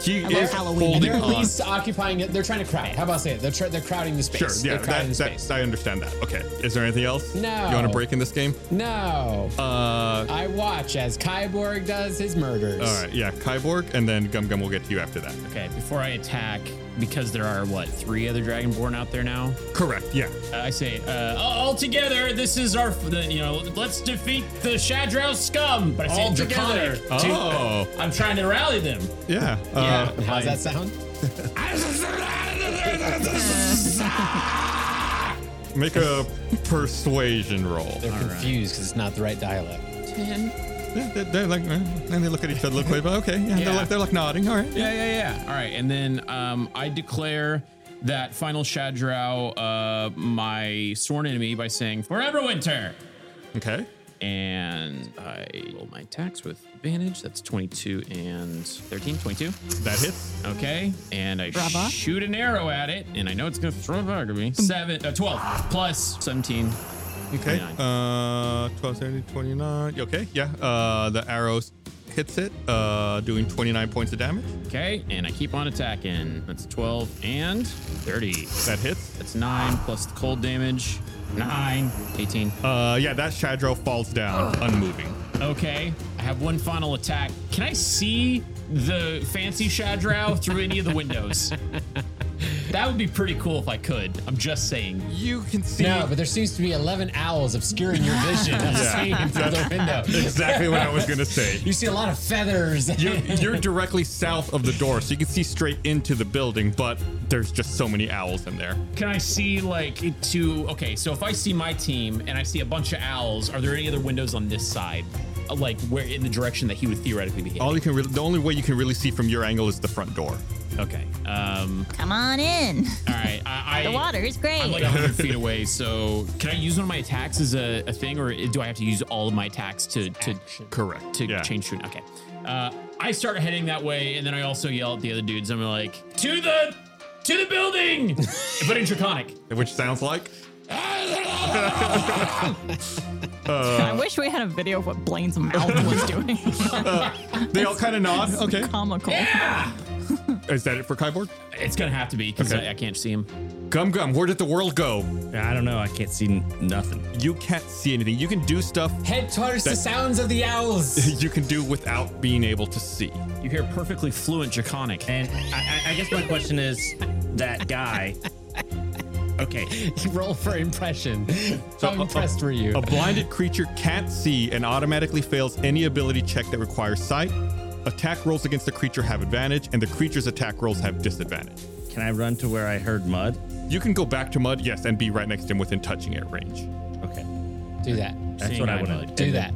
he
I love
is
Halloween.
holding
They're at
on.
least occupying it. They're trying to crowd. How about I say it? They're, tr- they're crowding the space.
Sure, yeah,
They're crowding
that,
the
that, I understand that. Okay, is there anything else?
No.
You want to break in this game?
No.
Uh,
I watch as Kyborg does his murders.
all right, yeah, Kyborg, and then Gum Gum will get to you after that.
Okay, before I attack, because there are what three other Dragonborn out there now.
Correct. Yeah.
I say, uh, all all together, this is our, the, you know, let's defeat the Shadrow scum. But
I say
all
draconic.
together.
Oh.
I'm trying to rally them.
Yeah. uh,
Yeah. How's that sound?
Make a persuasion roll.
They're confused because it's not the right dialect.
Ten.
They're, they're like, eh, and they look at each other, look like, oh, okay, yeah,
Yeah.
They're, like, they're like nodding. All right.
Yeah, yeah, yeah. All right, and then um, I declare that final Shadrow uh, my sworn enemy by saying "Forever Winter,"
Okay.
and I roll my attacks with advantage. That's twenty-two and 13, 22.
That hits.
Okay, and I
Bravo.
shoot an arrow at it, and I know it's gonna throw it back at me. Seven, uh, 12 plus seventeen.
Okay.
29.
Uh, 12, 70, 29. You Okay. Yeah. Uh, the arrows hits it, uh, doing 29 points of damage.
Okay, and I keep on attacking. That's twelve and thirty.
That hits.
That's nine plus the cold damage. Nine. 18.
Uh, yeah, that Shadro falls down, unmoving.
Okay, I have one final attack. Can I see the fancy Shadrow through any of the windows? That would be pretty cool if I could. I'm just saying.
You can see.
No, but there seems to be 11 owls obscuring your vision of seeing through the window.
exactly what I was gonna say.
You see a lot of feathers.
You're, you're directly south of the door, so you can see straight into the building, but there's just so many owls in there.
Can I see like it to okay, so if I see my team and I see a bunch of owls, are there any other windows on this side? Uh, Like where in the direction that he would theoretically be hitting?
All you can, really the only way you can really see from your angle is the front door.
Okay. Um
Come on in.
all right. I, I
The water is great.
I'm like 100 feet away, so can I use one of my attacks as a, a thing, or do I have to use all of my attacks to to
Correct.
to
Yeah.
change tune? Okay. Uh, I start heading that way, and then I also yell at the other dudes. I'm like, to the to the building, but in Draconic.
Which sounds like
I wish we had a video of what Blaine's mouth was doing.
they all kind of nod. Okay.
Comical.
Is that it for Kyborg?
It's gonna have to be because
Okay.
I, I can't see him.
Gum Gum, where did the world go?
I don't know. Oh, I can't see n- nothing.
You can't see anything. You can do stuff
Head towards the sounds of the owls.
you can do without being able to see.
You hear perfectly fluent Draconic.
And I, I, I guess my question is, that guy. Okay.
Roll for impression. How
a-
impressed were you?
A blinded creature can't see and automatically fails any ability check that requires sight. Attack rolls against the creature have advantage, and the creature's attack rolls have disadvantage.
Can I run to where I heard mud?
You can go back to Mud, yes, and be right next to him within touching air range.
Okay.
Do that.
That's
Seeing
what I
eye
want to
mud.
Do that.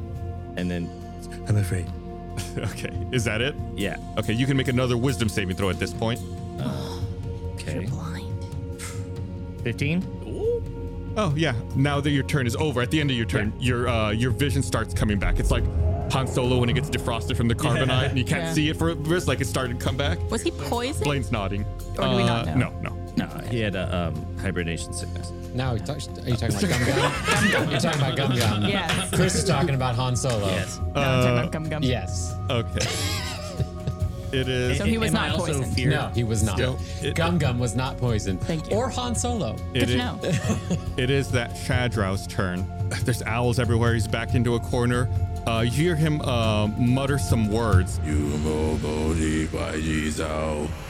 And then, I'm afraid.
Okay, is that it?
Yeah.
Okay, you can make another wisdom saving throw at this point.
Okay.
blind.
15?
Oh yeah. Now that your turn is over, at the end of your turn, your uh, your vision starts coming back. It's like Han Solo when he gets defrosted from the carbonite and you can't
Yeah.
see it for a bit, like it started to come back.
Was he poisoned?
Blaine's nodding.
Or do we not
Uh,
know?
No, no.
No, he had a um, hibernation sickness.
Now, you're talk- are you talking about Gum Gum? You're talking about Gum Gum.
Yes.
Chris is talking about Han Solo.
No, I'm talking about gum gum.
Yes.
Okay. it is.
So he was
Am I
not
also
poisoned.
feared?
No, he was not.
Still, it-
Gum Gum was not poisoned.
Thank you.
Or Han Solo.
Good
It
to
is,
know.
it is that Shadrow's turn. There's owls everywhere. He's backed into a corner. Uh, you hear him uh, mutter some words,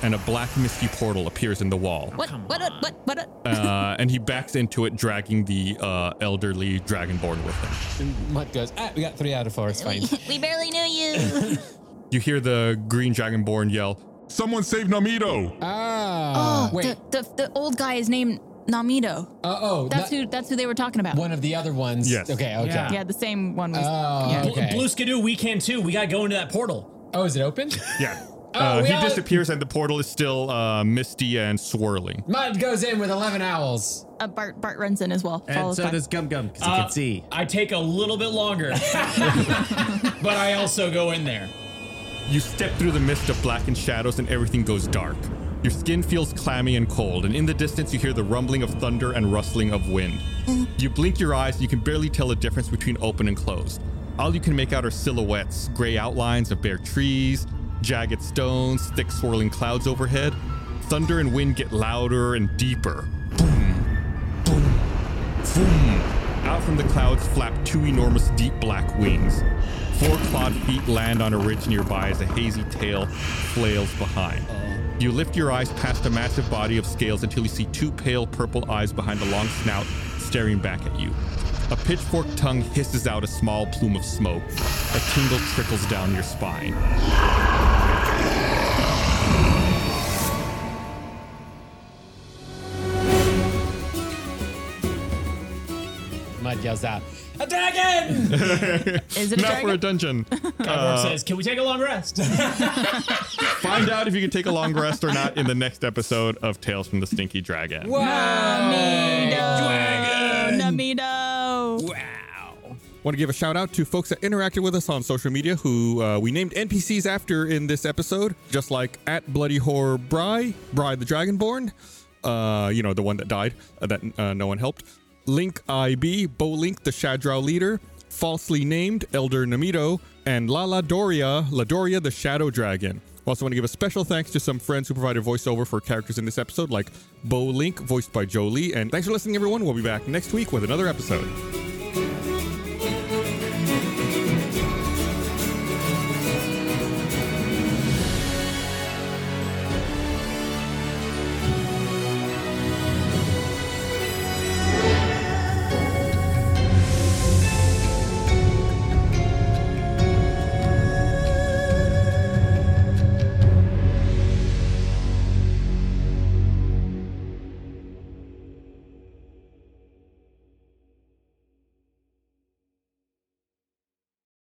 and a black misty portal appears in the wall.
What, what, what, what, what,
Uh, and he backs into it, dragging the uh, elderly dragonborn with him.
And Mutt goes, ah, we got three out of four. It's fine.
we barely knew you.
You hear the green dragonborn yell, "Someone save Namido!"
Ah.
Oh,
wait.
The, the, the old guy is named Namido.
Uh, oh,
That's
not-
who that's who they were talking about.
One of the other ones.
Yes.
Okay, okay.
Yeah.
Yeah, the same one. We,
Oh,
yeah.
okay.
Blue Skidoo, we can too. We gotta go into that portal.
Oh, is it open?
Yeah. Uh,
oh, we
he
all-
disappears, and the portal is still uh, misty and swirling.
Mud goes in with 11 owls.
Uh, Bart Bart runs in as well.
And
Follows
so
Bart.
does Gum Gum, because he
Uh,
can see.
I take a little bit longer, but I also go in there.
You step through the mist of blackened shadows, and everything goes dark. Your skin feels clammy and cold, and in the distance, you hear the rumbling of thunder and rustling of wind. You blink your eyes, you can barely tell the difference between open and closed. All you can make out are silhouettes, gray outlines of bare trees, jagged stones, thick swirling clouds overhead. Thunder and wind get louder and deeper. Boom! Out from the clouds flap two enormous deep black wings. Four clawed feet land on a ridge nearby as a hazy tail flails behind. You lift your eyes past a massive body of scales until you see two pale purple eyes behind a long snout staring back at you. A pitchfork tongue hisses out a small plume of smoke. A tingle trickles down your spine.
Mud yells out.
A dragon!
Is it a
Not
dragon?
for a dungeon.
Everyone says, "Can we take a long rest?"
Find out if you can take a long rest or not in the next episode of Tales from the Stinky Dragon.
Namido.
Want to give a shout out to folks that interacted with us on social media who uh, we named NPCs after in this episode, just like at Bloody Horror Bry, Bry the Dragonborn, uh, you know, the one that died, uh, that uh, no one helped, Link IB, Bo Link the Shadrow leader, falsely named Elder Namido, and Lala Doria, Ladoria the Shadow Dragon. We also want to give a special thanks to some friends who provided voiceover for characters in this episode, like Bo Link, voiced by Jolie. And thanks for listening, everyone. We'll be back next week with another episode.